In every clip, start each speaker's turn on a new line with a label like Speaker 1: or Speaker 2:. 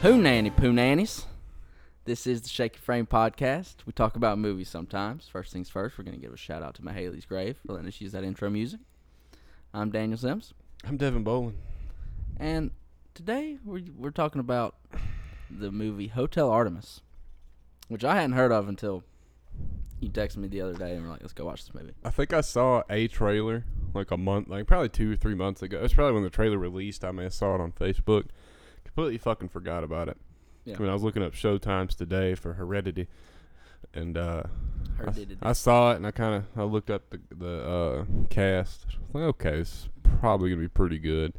Speaker 1: Pooh Nannies. This is the Shaky Frame Podcast. We talk about movies sometimes. First things first, we're going to give a shout out to Mahaley's Grave for letting us use that intro music. I'm Daniel Sims.
Speaker 2: I'm Devin Boland.
Speaker 1: And today we're, we're talking about the movie Hotel Artemis, which I hadn't heard of until you texted me the other day and were like, let's go watch this movie.
Speaker 2: I think I saw a trailer like a month, like probably two or three months ago. It's probably when the trailer released. I may have saw it on Facebook. Completely fucking forgot about it.
Speaker 1: Yeah.
Speaker 2: I mean, I was looking up showtimes today for Heredity, and uh, I,
Speaker 1: Heredity.
Speaker 2: I saw it and I kind of I looked up the the uh, cast. I was like, okay, it's probably gonna be pretty good.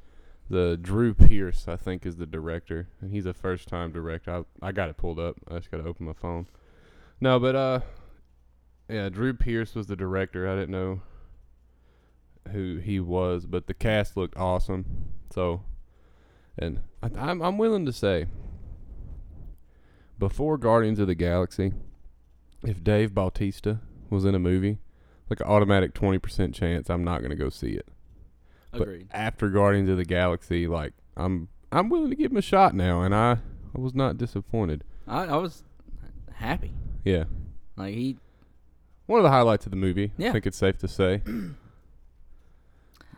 Speaker 2: The Drew Pierce, I think, is the director, and he's a first time director. I I got it pulled up. I just got to open my phone. No, but uh, yeah, Drew Pierce was the director. I didn't know who he was, but the cast looked awesome. So, and I, I'm I'm willing to say, before Guardians of the Galaxy, if Dave Bautista was in a movie, like an automatic twenty percent chance, I'm not gonna go see it.
Speaker 1: Agreed.
Speaker 2: But after Guardians of the Galaxy, like I'm I'm willing to give him a shot now, and I I was not disappointed.
Speaker 1: I, I was happy.
Speaker 2: Yeah,
Speaker 1: Like, he,
Speaker 2: one of the highlights of the movie.
Speaker 1: Yeah.
Speaker 2: I think it's safe to say.
Speaker 1: I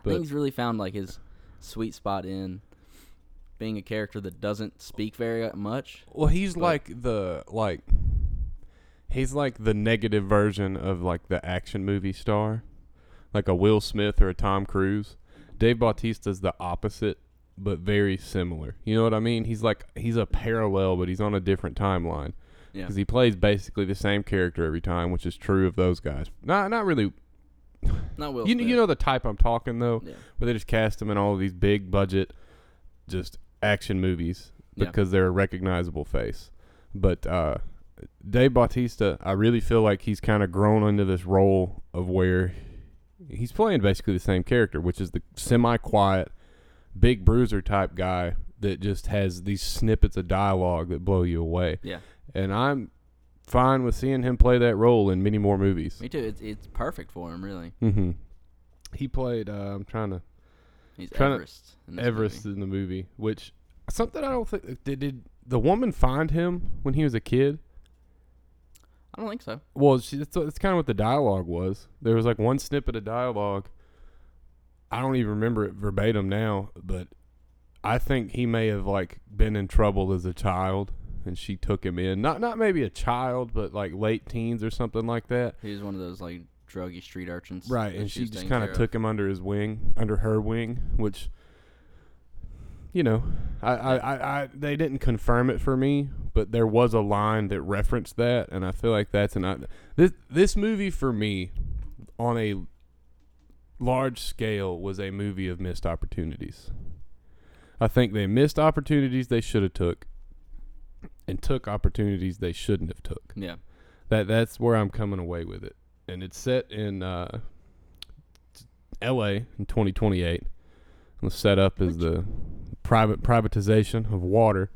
Speaker 2: But-
Speaker 1: think he's really found like his sweet spot in being a character that doesn't speak very much.
Speaker 2: Well, he's
Speaker 1: But-
Speaker 2: like the like he's like the negative version of like the action movie star, like a Will Smith or a Tom Cruise. Dave Bautista's the opposite, but very similar. You know what I mean? He's like he's a parallel, but he's on a different timeline
Speaker 1: Yeah.
Speaker 2: because he plays basically the same character every time, which is true of those guys. Not not really.
Speaker 1: Not Will
Speaker 2: You
Speaker 1: Smith.
Speaker 2: you know the type I'm talking though
Speaker 1: Yeah.
Speaker 2: where they just cast them in all of these big budget, just action movies
Speaker 1: Yeah.
Speaker 2: because they're a recognizable face. But uh, Dave Bautista, I really feel like he's kind of grown into this role of where he's playing basically the same character, which is the semi-quiet, big bruiser type guy that just has these snippets of dialogue that blow you away.
Speaker 1: Yeah.
Speaker 2: And I'm fine with seeing him play that role in many more movies.
Speaker 1: Me too. It's, it's perfect for him, really.
Speaker 2: Mm-hmm. He played. Uh, I'm trying to
Speaker 1: He's
Speaker 2: Tryna-
Speaker 1: Everest. in this
Speaker 2: Everest
Speaker 1: movie.
Speaker 2: in the movie, which something I don't think did, did the woman find him when he was a kid.
Speaker 1: I don't think so.
Speaker 2: Well, she, that's, that's kind of what the dialogue was. There was like one snippet of dialogue. I don't even remember it verbatim now, but I think he may have like been in trouble as a child, and she took him in. Not not maybe a child, but like late teens or something like that.
Speaker 1: He was one of those like druggy street urchins.
Speaker 2: Right,
Speaker 1: that
Speaker 2: and she
Speaker 1: was
Speaker 2: just
Speaker 1: taking
Speaker 2: kind
Speaker 1: care
Speaker 2: of took him under his wing, under her wing, which, you know, I, I, I, I, they didn't confirm it for me, but there was a line that referenced that, and I feel like that's an I, this this movie for me, on a large scale, was a movie of missed opportunities. I think they missed opportunities they should have took, and took opportunities they shouldn't have took
Speaker 1: Yeah,
Speaker 2: that that's where I'm coming away with it. And it's set in uh, L.A. in 2028. It was set up as the private privatization of water,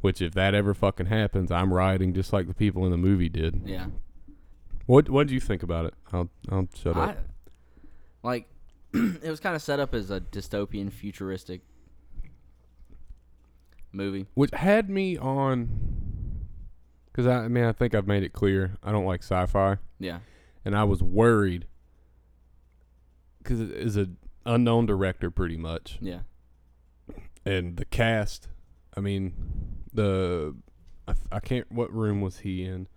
Speaker 2: which if that ever fucking happens, I'm rioting just like the people in the movie did.
Speaker 1: yeah.
Speaker 2: What What do you think about it? I'll I'll shut
Speaker 1: I,
Speaker 2: up.
Speaker 1: like, it was kind of set up as a dystopian, futuristic movie.
Speaker 2: Which had me on, because I, I mean I think I've made it clear I don't like sci-fi.
Speaker 1: Yeah,
Speaker 2: and I was worried because it is a unknown director pretty much,
Speaker 1: yeah,
Speaker 2: and the cast. I mean, the I, f- I can't. What room was he in?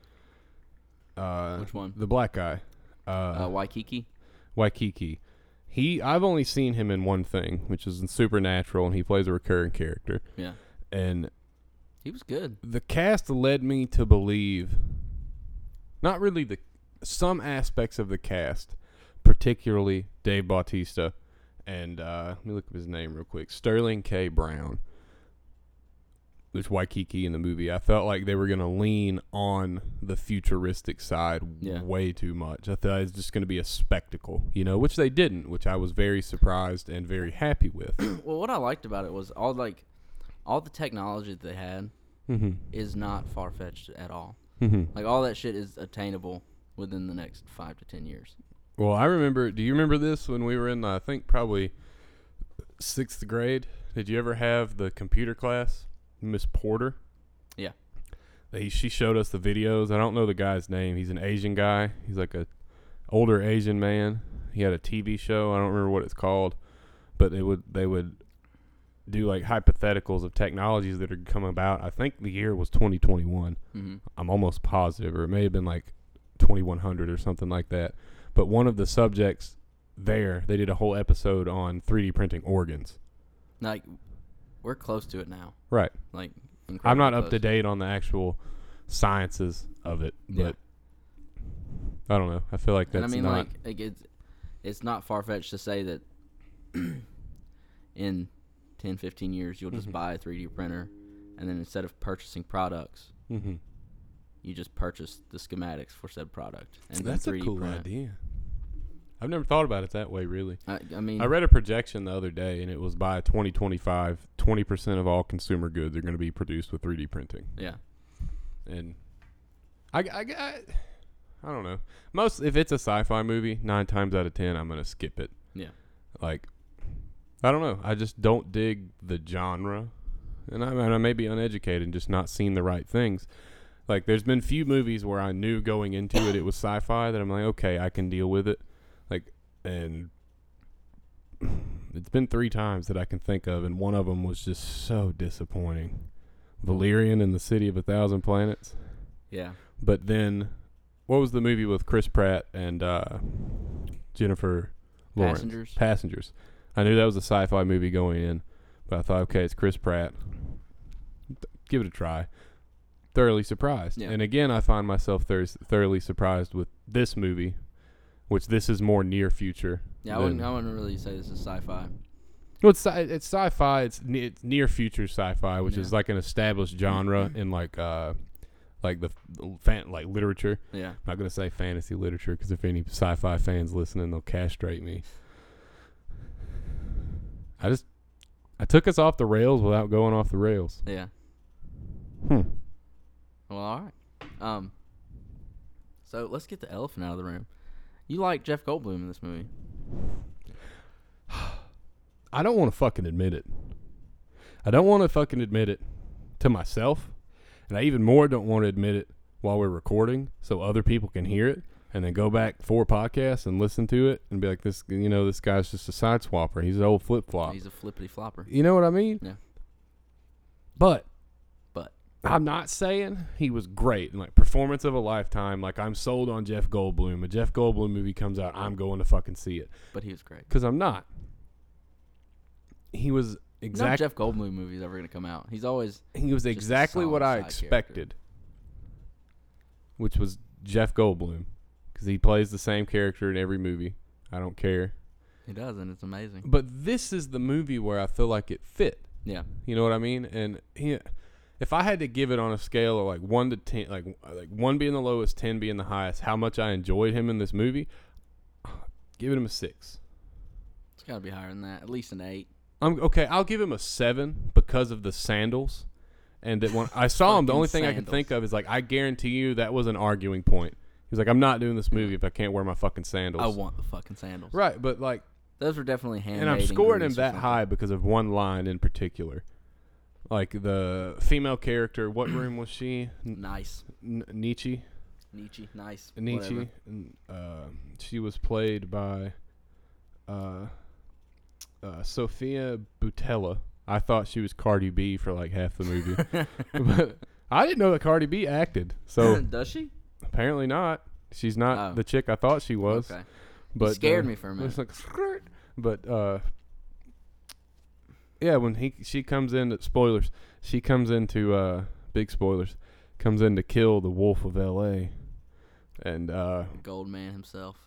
Speaker 2: Uh,
Speaker 1: Which one?
Speaker 2: The black guy, uh,
Speaker 1: uh, Waikiki.
Speaker 2: Waikiki. He. I've only seen him in one thing, which is in Supernatural, and he plays a recurring character.
Speaker 1: Yeah,
Speaker 2: And
Speaker 1: he was good.
Speaker 2: the cast led me to believe not really the some aspects of the cast particularly dave bautista and uh, let me look up his name real quick sterling k brown which waikiki in the movie i felt like they were going to lean on the futuristic side
Speaker 1: Yeah.
Speaker 2: way too much i thought it was just going to be a spectacle you know which they didn't which i was very surprised and very happy with
Speaker 1: well, what I liked about it was all like all the technology that they had
Speaker 2: mm-hmm.
Speaker 1: is not far fetched at all.
Speaker 2: Mm-hmm.
Speaker 1: Like all that shit is attainable within the next five to ten years.
Speaker 2: Well, I remember. Do you remember this when we were in? I think probably sixth grade. Did you ever have the computer class, Miss Porter?
Speaker 1: Yeah.
Speaker 2: he, she showed us the videos. I don't know the guy's name. He's an Asian guy. He's like a older Asian man. He had a TV show. I don't remember what it's called, but they would they would do like hypotheticals of technologies that are coming about. I think the year was 2021.
Speaker 1: hmm
Speaker 2: I'm almost positive, or it may have been like 2100 or something like that. But one of the subjects there, they did a whole episode on 3D printing organs.
Speaker 1: Like, we're close to it now.
Speaker 2: Right.
Speaker 1: Like,
Speaker 2: I'm not
Speaker 1: incredibly
Speaker 2: up to
Speaker 1: close.
Speaker 2: date on the actual sciences of it, but
Speaker 1: Yeah.
Speaker 2: I don't know. I feel like that's
Speaker 1: and I mean,
Speaker 2: not
Speaker 1: like, like, it's it's not far fetched to say that in 10, 15 years you'll just
Speaker 2: Mhm.
Speaker 1: buy a 3D printer, and then instead of purchasing products,
Speaker 2: Mhm.
Speaker 1: you just purchase the schematics for said product. And then
Speaker 2: that's a
Speaker 1: 3D
Speaker 2: cool
Speaker 1: print it.
Speaker 2: idea. I've never thought about it that way, really.
Speaker 1: I, I mean,
Speaker 2: I read a projection the other day, and it was by 2025, 20% of all consumer goods are going to be produced with 3D printing.
Speaker 1: yeah,
Speaker 2: and I, I, I, I don't know. Most if it's a sci-fi movie, nine times out of ten, I'm gonna skip it.
Speaker 1: Yeah.
Speaker 2: Like, I don't know. I just don't dig the genre, and I, and I may be uneducated and just not seeing the right things. Like, there's been few movies where I knew going into it it was sci-fi that I'm like, okay, I can deal with it. Like, and it's been three times that I can think of, and one of them was just so disappointing. Valerian and the City of a Thousand Planets.
Speaker 1: yeah.
Speaker 2: But then, what was the movie with Chris Pratt and uh, Jennifer Lawrence?
Speaker 1: Passengers.
Speaker 2: Passengers. I knew that was a sci-fi movie going in, but I thought, okay, it's Chris Pratt. Th- Give it a try. Thoroughly surprised,
Speaker 1: Yeah.
Speaker 2: and again, I find myself thor- thoroughly surprised with this movie, which this is more near future.
Speaker 1: Yeah, I
Speaker 2: than-
Speaker 1: wouldn't, I wouldn't really say this is sci-fi.
Speaker 2: well, it's sci- it's sci-fi. It's, ne- it's near future sci-fi, which is
Speaker 1: Yeah.
Speaker 2: like an established genre in like uh, like the, the fan like literature.
Speaker 1: Yeah,
Speaker 2: I'm not gonna say fantasy literature because if any sci-fi fans listening, they'll castrate me. I just I took us off the rails without going off the rails.
Speaker 1: yeah.
Speaker 2: Hmm.
Speaker 1: Well, all right. Um, so let's get the elephant out of the room. You like Jeff Goldblum in this movie?
Speaker 2: I don't want to fucking admit it. I don't want to fucking admit it to myself, and I even more don't want to admit it while we're recording, so other people can hear it and then go back four podcasts and listen to it and be like, "This, you know, this guy's just a sideswapper. He's an old flip flop."
Speaker 1: He's a flippity flopper.
Speaker 2: You know what I mean?
Speaker 1: Yeah.
Speaker 2: But
Speaker 1: But
Speaker 2: I'm not saying he was great and like performance of a lifetime. Like I'm sold on Jeff Goldblum. A Jeff Goldblum movie comes out, I'm going to fucking see it
Speaker 1: but he was great.
Speaker 2: because I'm not. He was
Speaker 1: No
Speaker 2: exactly
Speaker 1: Jeff Goldblum movie is ever gonna come out. He's always
Speaker 2: he was
Speaker 1: a
Speaker 2: exactly
Speaker 1: solid
Speaker 2: what I
Speaker 1: side character.
Speaker 2: expected, which was Jeff Goldblum because he plays the same character in every movie. I don't care,
Speaker 1: he does, and it's amazing.
Speaker 2: but this is the movie where I feel like it fit.
Speaker 1: Yeah,
Speaker 2: You know what I mean? And he, if I had to give it on a scale of like one to ten, like like one being the lowest, ten being the highest, how much I enjoyed him in this movie, give him a six.
Speaker 1: it's gotta be higher than that. At least an eight.
Speaker 2: I'm okay. I'll give him a seven because of the sandals, and that when I saw him, the
Speaker 1: Fucking
Speaker 2: only thing I could
Speaker 1: sandals.
Speaker 2: think of is like I guarantee you that was an arguing point. He's like, I'm not doing this movie if I can't wear my fucking sandals.
Speaker 1: I want the fucking sandals.
Speaker 2: right, but like,
Speaker 1: Those were definitely handmade.
Speaker 2: and I'm
Speaker 1: in
Speaker 2: scoring him
Speaker 1: Greece or
Speaker 2: that
Speaker 1: something.
Speaker 2: high because of one line in particular. Like the female character, what room was she?
Speaker 1: Nice,
Speaker 2: N- Nietzsche.
Speaker 1: Nietzsche. Nice,
Speaker 2: Nietzsche.
Speaker 1: whatever.
Speaker 2: n- Uh, she was played by uh, uh, Sophia Butella. I thought she was Cardi B for like half the movie, but I didn't know that Cardi B acted. So
Speaker 1: does she?
Speaker 2: apparently not. She's not
Speaker 1: Oh.
Speaker 2: the chick I thought she was.
Speaker 1: Okay,
Speaker 2: But
Speaker 1: you scared
Speaker 2: uh,
Speaker 1: me for a minute.
Speaker 2: It's like skirt. But uh, yeah, when he she comes in spoilers, she comes into uh, big spoilers, comes in to kill the Wolf of L.A. And uh,
Speaker 1: Gold man himself.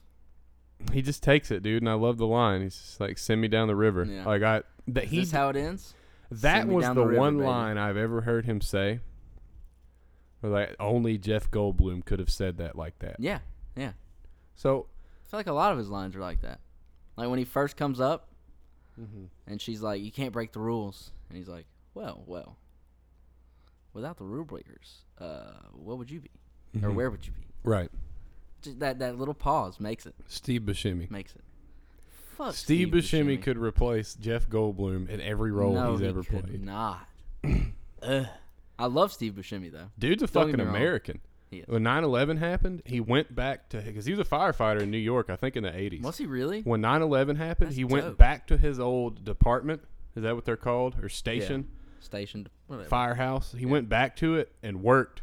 Speaker 2: he just takes it, dude. And I love the line. He's just like, "Send me down the river."
Speaker 1: Yeah.
Speaker 2: Like I that
Speaker 1: Is
Speaker 2: he
Speaker 1: this how it ends?
Speaker 2: that
Speaker 1: Send me
Speaker 2: was the,
Speaker 1: down the river,
Speaker 2: one
Speaker 1: baby.
Speaker 2: line I've ever heard him say. Or like only Jeff Goldblum could have said that like that.
Speaker 1: Yeah, yeah.
Speaker 2: So
Speaker 1: I feel like a lot of his lines are like that. Like when he first comes up and she's like, "You can't break the rules," and he's like, "Well, well, without the rule breakers, uh, what would you be, or
Speaker 2: Mhm.
Speaker 1: where would you be?"
Speaker 2: right,
Speaker 1: Just that that little pause makes it
Speaker 2: Steve Buscemi.
Speaker 1: makes it. Fuck.
Speaker 2: Steve, Buscemi, could replace Jeff Goldblum in every role
Speaker 1: no,
Speaker 2: he's
Speaker 1: he
Speaker 2: ever
Speaker 1: could
Speaker 2: played.
Speaker 1: Not. Ugh. I love Steve Buscemi though.
Speaker 2: Dude's a
Speaker 1: Don't get
Speaker 2: fucking
Speaker 1: me wrong.
Speaker 2: American.
Speaker 1: He is.
Speaker 2: When 9/11 happened, he went back to because he was a firefighter in New York, I think, in the 80s.
Speaker 1: Was he really?
Speaker 2: When 9/11 happened,
Speaker 1: That's
Speaker 2: he went
Speaker 1: dope.
Speaker 2: back to his old department. Is that what they're called or station?
Speaker 1: Stationed. Whatever.
Speaker 2: Firehouse. He went back to it and worked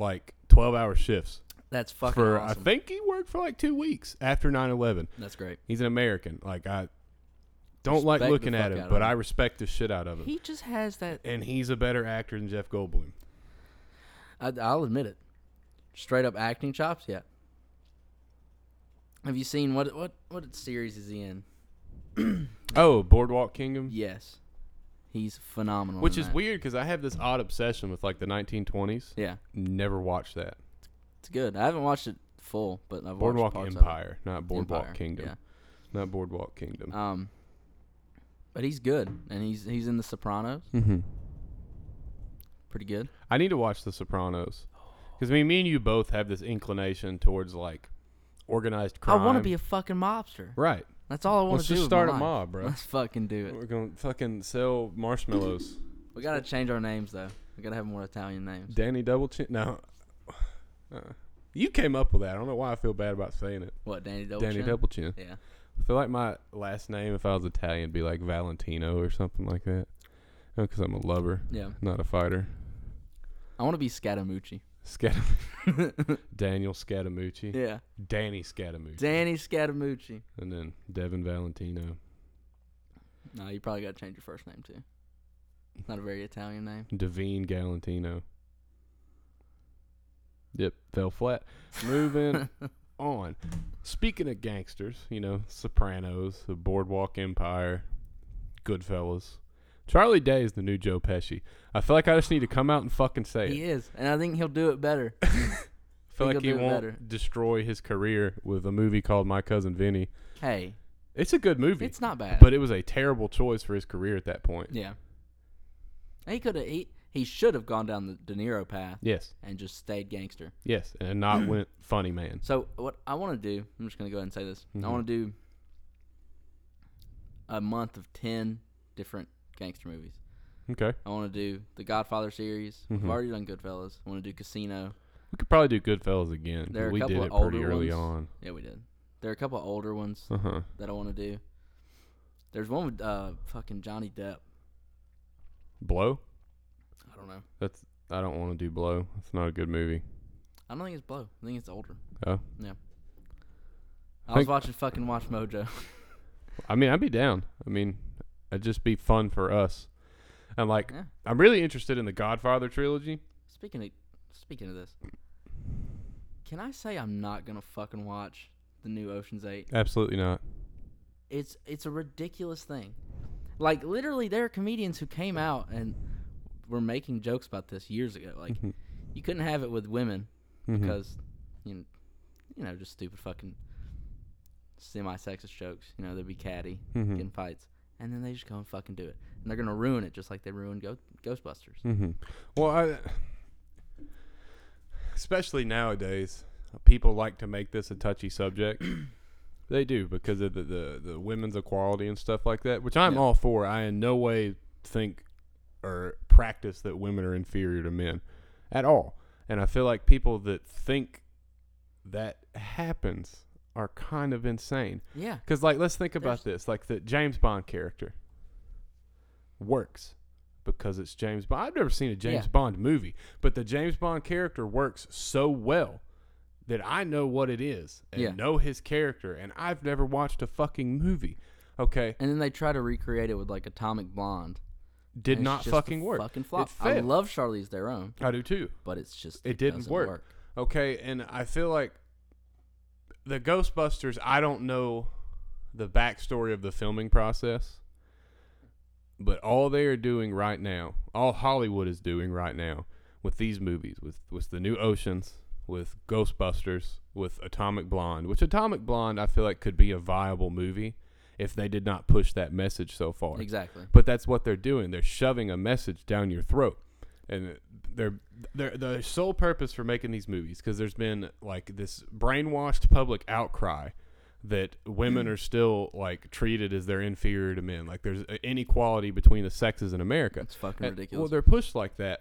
Speaker 2: like 12-hour shifts
Speaker 1: That's fucking
Speaker 2: for
Speaker 1: awesome.
Speaker 2: I think he worked for like 2 weeks after 9/11.
Speaker 1: That's great.
Speaker 2: He's an American. Like I don't like
Speaker 1: Respect the
Speaker 2: looking
Speaker 1: fuck
Speaker 2: at
Speaker 1: out
Speaker 2: him,
Speaker 1: of
Speaker 2: but
Speaker 1: him.
Speaker 2: I respect the shit out of him.
Speaker 1: He just has that.
Speaker 2: and he's a better actor than Jeff Goldblum.
Speaker 1: I, I'll admit it. Straight up acting chops. Yeah. Have you seen what what what series is he in?
Speaker 2: Oh, Boardwalk Kingdom.
Speaker 1: Yes, he's phenomenal.
Speaker 2: Which
Speaker 1: in
Speaker 2: is
Speaker 1: that.
Speaker 2: weird because I have this odd obsession with like the 1920s.
Speaker 1: Yeah,
Speaker 2: Never watched that.
Speaker 1: it's good. I haven't watched it full, but I've
Speaker 2: Boardwalk
Speaker 1: watched parts of it.
Speaker 2: Empire, not Boardwalk
Speaker 1: Empire,
Speaker 2: Kingdom.
Speaker 1: yeah.
Speaker 2: Not Boardwalk Kingdom.
Speaker 1: Um, but he's good, and he's he's in The Sopranos,
Speaker 2: mm-hmm.
Speaker 1: pretty good.
Speaker 2: I need to watch The Sopranos because I mean, me and you both have this inclination towards like organized crime.
Speaker 1: I want to be a fucking mobster.
Speaker 2: right.
Speaker 1: That's all I want
Speaker 2: Let's
Speaker 1: to do.
Speaker 2: just
Speaker 1: with my
Speaker 2: start a
Speaker 1: life.
Speaker 2: mob, bro.
Speaker 1: Let's fucking do it.
Speaker 2: We're gonna fucking sell marshmallows.
Speaker 1: We gotta change our names though. We gotta have more Italian names.
Speaker 2: Danny Double Chin. No, uh, you came up with that. I don't know why I feel bad about saying it.
Speaker 1: What Danny Double?
Speaker 2: Danny
Speaker 1: Chin?
Speaker 2: Double Chin.
Speaker 1: Yeah,
Speaker 2: I feel like my last name, if I was Italian, would be like Valentino or something like that. Because I'm a lover,
Speaker 1: yeah.
Speaker 2: not a fighter.
Speaker 1: I want to be Scatamucci.
Speaker 2: Scat- Daniel Scatamucci.
Speaker 1: Yeah,
Speaker 2: Danny Scatamucci.
Speaker 1: Danny Scatamucci.
Speaker 2: and then Devin Valentino.
Speaker 1: No, you probably gotta change your first name too. It's not a very Italian name.
Speaker 2: Devine Galantino. Yep, fell flat. Moving on. Speaking of gangsters, you know, Sopranos, The Boardwalk Empire, Goodfellas. Charlie Day is the new Joe Pesci. I feel like I just need to come out and fucking say it.
Speaker 1: He is, and I think he'll do it better.
Speaker 2: feel
Speaker 1: Think
Speaker 2: like
Speaker 1: he'll
Speaker 2: he
Speaker 1: do it
Speaker 2: won't
Speaker 1: better.
Speaker 2: destroy his career with a movie called My Cousin Vinny.
Speaker 1: hey,
Speaker 2: It's a good movie,
Speaker 1: it's not bad.
Speaker 2: but it was a terrible choice for his career at that point.
Speaker 1: yeah, he could have. He, he should have gone down the De Niro path
Speaker 2: Yes,
Speaker 1: and just stayed gangster.
Speaker 2: yes, and not went funny man.
Speaker 1: So what I want to do, I'm just gonna go ahead and say this. I
Speaker 2: Mhm.
Speaker 1: want to do a month of ten different gangster movies.
Speaker 2: Okay,
Speaker 1: I want to do the Godfather series.
Speaker 2: Mhm.
Speaker 1: We've already done Goodfellas. I want to do Casino.
Speaker 2: we could probably do Goodfellas again. 'cause
Speaker 1: There are a
Speaker 2: we did
Speaker 1: couple
Speaker 2: it
Speaker 1: of
Speaker 2: pretty
Speaker 1: older
Speaker 2: early
Speaker 1: ones. Yeah, we did. There are a couple of older ones
Speaker 2: on. Uh huh.
Speaker 1: that I want to do. There's one with uh, fucking Johnny Depp.
Speaker 2: Blow.
Speaker 1: I don't know.
Speaker 2: That's I don't want to do Blow. It's not a good movie.
Speaker 1: I don't think it's Blow. I think it's older.
Speaker 2: Oh,
Speaker 1: I was
Speaker 2: Think-
Speaker 1: watching fucking Watch Mojo.
Speaker 2: I mean, I'd be down. I mean, it'd just be fun for us. And like,
Speaker 1: Yeah.
Speaker 2: I'm really interested in the Godfather trilogy.
Speaker 1: Speaking of speaking of this, can I say I'm not gonna fucking watch the new Ocean's Eight?
Speaker 2: Absolutely not.
Speaker 1: It's it's a ridiculous thing. Like literally, there are comedians who came out and were making jokes about this years ago. Like
Speaker 2: Mhm.
Speaker 1: you couldn't have it with women
Speaker 2: Mhm.
Speaker 1: because you know, you know just stupid fucking semi-sexist jokes. You know they'd be catty,
Speaker 2: Mhm.
Speaker 1: getting fights, and then they just go and fucking do it, and they're gonna ruin it just like they ruined Go- Ghostbusters.
Speaker 2: Mm-hmm. Well, I, especially nowadays, people like to make this a touchy subject. they do because of the, the, the women's equality and stuff like that, which I'm
Speaker 1: Yeah.
Speaker 2: all for. I in no way think or practice that women are inferior to men at all. And I feel like people that think that happens are kind of insane.
Speaker 1: Yeah,
Speaker 2: Because, like, let's think about this. Like, the James Bond character works because it's James Bond. I've never seen a James
Speaker 1: Yeah.
Speaker 2: Bond movie, but the James Bond character works so well that I know what it is and
Speaker 1: Yeah.
Speaker 2: know his character, and I've never watched a fucking movie. Okay,
Speaker 1: and then they try to recreate it with like Atomic Blonde.
Speaker 2: did
Speaker 1: and it's
Speaker 2: not
Speaker 1: just a
Speaker 2: fucking work.
Speaker 1: Fucking flop.
Speaker 2: It
Speaker 1: I
Speaker 2: failed.
Speaker 1: love Charlize Theron,
Speaker 2: I do too.
Speaker 1: but it's just
Speaker 2: It didn't
Speaker 1: doesn't
Speaker 2: work. Okay, and I feel like the Ghostbusters, I don't know the backstory of the filming process, but all they are doing right now, all Hollywood is doing right now with these movies, with, with the new Oceans, with Ghostbusters, with Atomic Blonde, which Atomic Blonde I feel like could be a viable movie if they did not push that message so far.
Speaker 1: Exactly.
Speaker 2: But that's what they're doing. They're shoving a message down your throat. And they're, they're the sole purpose for making these movies because there's been like this brainwashed public outcry that women
Speaker 1: Mm.
Speaker 2: are still like treated as they're inferior to men. Like there's a- inequality between the sexes in America.
Speaker 1: It's fucking
Speaker 2: And-
Speaker 1: ridiculous.
Speaker 2: Well, they're pushed like that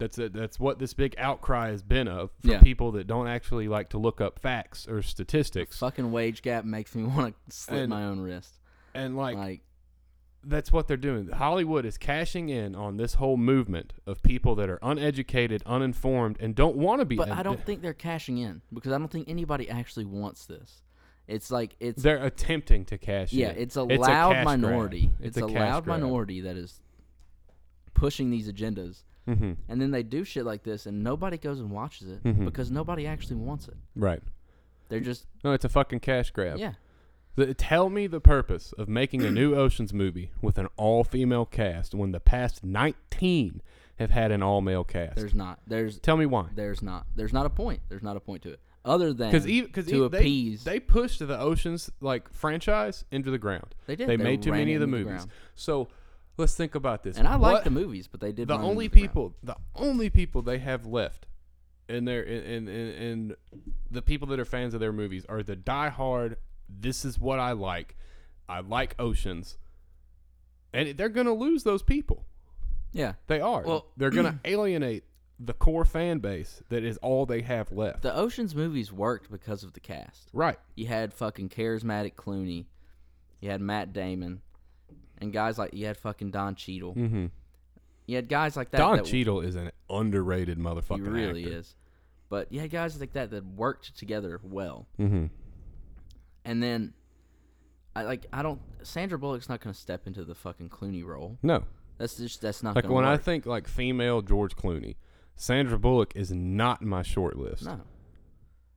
Speaker 2: That's it. That's what this big outcry has been of for
Speaker 1: Yeah.
Speaker 2: people that don't actually like to look up facts or statistics.
Speaker 1: Fucking wage gap makes me want to slit
Speaker 2: And,
Speaker 1: my own wrist.
Speaker 2: And
Speaker 1: Like,
Speaker 2: like that's what they're doing. Hollywood is cashing in on this whole movement of people that are uneducated, uninformed, and don't want to be.
Speaker 1: but
Speaker 2: ed-
Speaker 1: I don't think they're cashing in because I don't think anybody actually wants this. It's like it's
Speaker 2: They're attempting to cash
Speaker 1: yeah,
Speaker 2: in.
Speaker 1: it's a
Speaker 2: It's a
Speaker 1: loud
Speaker 2: cash grab.
Speaker 1: minority. It's, a,
Speaker 2: cash
Speaker 1: loud
Speaker 2: grab.
Speaker 1: minority that is pushing these agendas,
Speaker 2: Mhm.
Speaker 1: and then they do shit like this, and nobody goes and watches it
Speaker 2: Mhm.
Speaker 1: because nobody actually wants it.
Speaker 2: Right.
Speaker 1: They're just
Speaker 2: No, it's a fucking cash grab.
Speaker 1: yeah,
Speaker 2: The, tell me the purpose of making a new Oceans movie with an all female cast when the past 19 have had an all male cast.
Speaker 1: there's not there's
Speaker 2: tell me why.
Speaker 1: there's not there's not a point there's not a point to it other than
Speaker 2: Because because
Speaker 1: to appease
Speaker 2: e-, they, they pushed the Oceans like franchise into the ground.
Speaker 1: They did.
Speaker 2: They,
Speaker 1: They
Speaker 2: made too
Speaker 1: ran
Speaker 2: many of
Speaker 1: it
Speaker 2: the
Speaker 1: into the
Speaker 2: movies.
Speaker 1: ground.
Speaker 2: so let's think about this.
Speaker 1: and I like
Speaker 2: What-
Speaker 1: the movies, but they did
Speaker 2: the
Speaker 1: run into
Speaker 2: only
Speaker 1: ground.
Speaker 2: people the only people they have left in their in in, in in the people that are fans of their movies are the diehard this is what I like. I like oceans. And they're going to lose those people.
Speaker 1: Yeah,
Speaker 2: They are.
Speaker 1: Well-
Speaker 2: they're going to alienate the core fan base that is all they have left.
Speaker 1: the Ocean's movies worked because of the cast.
Speaker 2: right.
Speaker 1: You had fucking charismatic Clooney, you had Matt Damon, and guys like you had fucking Don Cheadle.
Speaker 2: Mm-hmm.
Speaker 1: You had guys like that.
Speaker 2: Don
Speaker 1: that
Speaker 2: Cheadle is an underrated
Speaker 1: he
Speaker 2: motherfucker.
Speaker 1: really is. But you had guys like that that worked together well.
Speaker 2: Mm-hmm.
Speaker 1: And then, I like I don't. Sandra Bullock's not gonna step into the fucking Clooney role.
Speaker 2: No.
Speaker 1: That's just that's not
Speaker 2: Like
Speaker 1: gonna
Speaker 2: when I
Speaker 1: work.
Speaker 2: think like female George Clooney, Sandra Bullock is not my short list.
Speaker 1: No.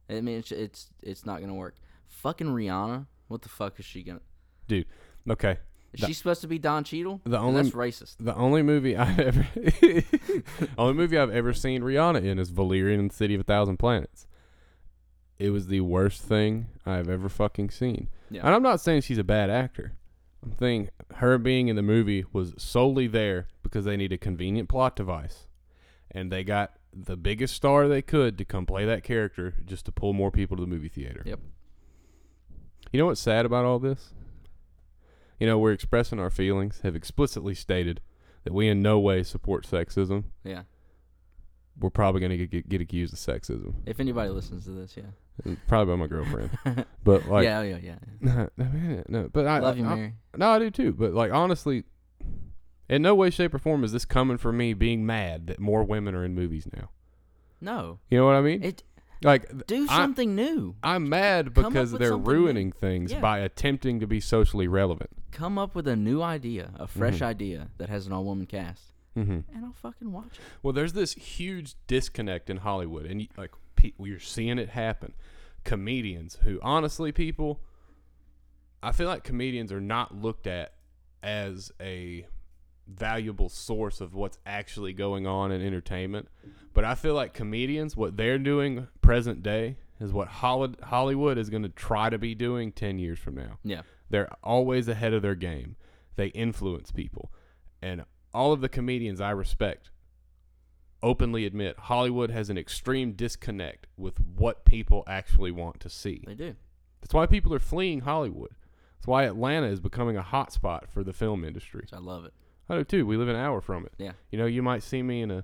Speaker 1: I mean, it's it's, it's not gonna work. Fucking Rihanna, what the fuck is she gonna?
Speaker 2: Dude, okay.
Speaker 1: Is
Speaker 2: The-
Speaker 1: she supposed to be Don Cheadle?
Speaker 2: the
Speaker 1: Then
Speaker 2: only-
Speaker 1: that's racist.
Speaker 2: The only movie I've ever only movie I've ever seen Rihanna in is Valerian and the City of a Thousand Planets. It was the worst thing I've ever fucking seen.
Speaker 1: Yeah.
Speaker 2: And I'm not saying she's a bad actor. I'm saying her being in the movie was solely there because they need a convenient plot device. And they got the biggest star they could to come play that character just to pull more people to the movie theater.
Speaker 1: Yep.
Speaker 2: You know what's sad about all this? You know, we're expressing our feelings, have explicitly stated that we in no way support sexism.
Speaker 1: Yeah.
Speaker 2: We're probably going to get, get accused of sexism.
Speaker 1: If anybody listens to this, yeah.
Speaker 2: Probably by my girlfriend. but, like,
Speaker 1: yeah, yeah, yeah. yeah.
Speaker 2: no, man, no, but I
Speaker 1: Love you,
Speaker 2: I-
Speaker 1: Mary.
Speaker 2: No, I do too. But like honestly, in no way, shape, or form is this coming from me being mad that more women are in movies now.
Speaker 1: No.
Speaker 2: You know what I mean?
Speaker 1: It
Speaker 2: Like th-
Speaker 1: do
Speaker 2: I-
Speaker 1: something new.
Speaker 2: I'm mad
Speaker 1: Come up
Speaker 2: because
Speaker 1: with
Speaker 2: they're
Speaker 1: something new.
Speaker 2: ruining things
Speaker 1: Yeah.
Speaker 2: by attempting to be socially relevant.
Speaker 1: Come up with a new idea, a fresh idea that has an all-woman cast,
Speaker 2: Mm-hmm.
Speaker 1: and I'll fucking watch it.
Speaker 2: Well, there's this huge disconnect in Hollywood, and like pe- we're seeing it happen. Comedians who, honestly, people, I feel like comedians are not looked at as a valuable source of what's actually going on in entertainment. But I feel like comedians, what they're doing present day, is what Holly- Hollywood is going to try to be doing 10 years from now.
Speaker 1: Yeah.
Speaker 2: They're always ahead of their game. They influence people. And all of the comedians I respect openly admit Hollywood has an extreme disconnect with what people actually want to see.
Speaker 1: They do.
Speaker 2: That's why people are fleeing Hollywood. That's why Atlanta is becoming a hotspot for the film industry.
Speaker 1: So I love it.
Speaker 2: I do too. We live an hour from it.
Speaker 1: Yeah.
Speaker 2: You know, you might see me in a,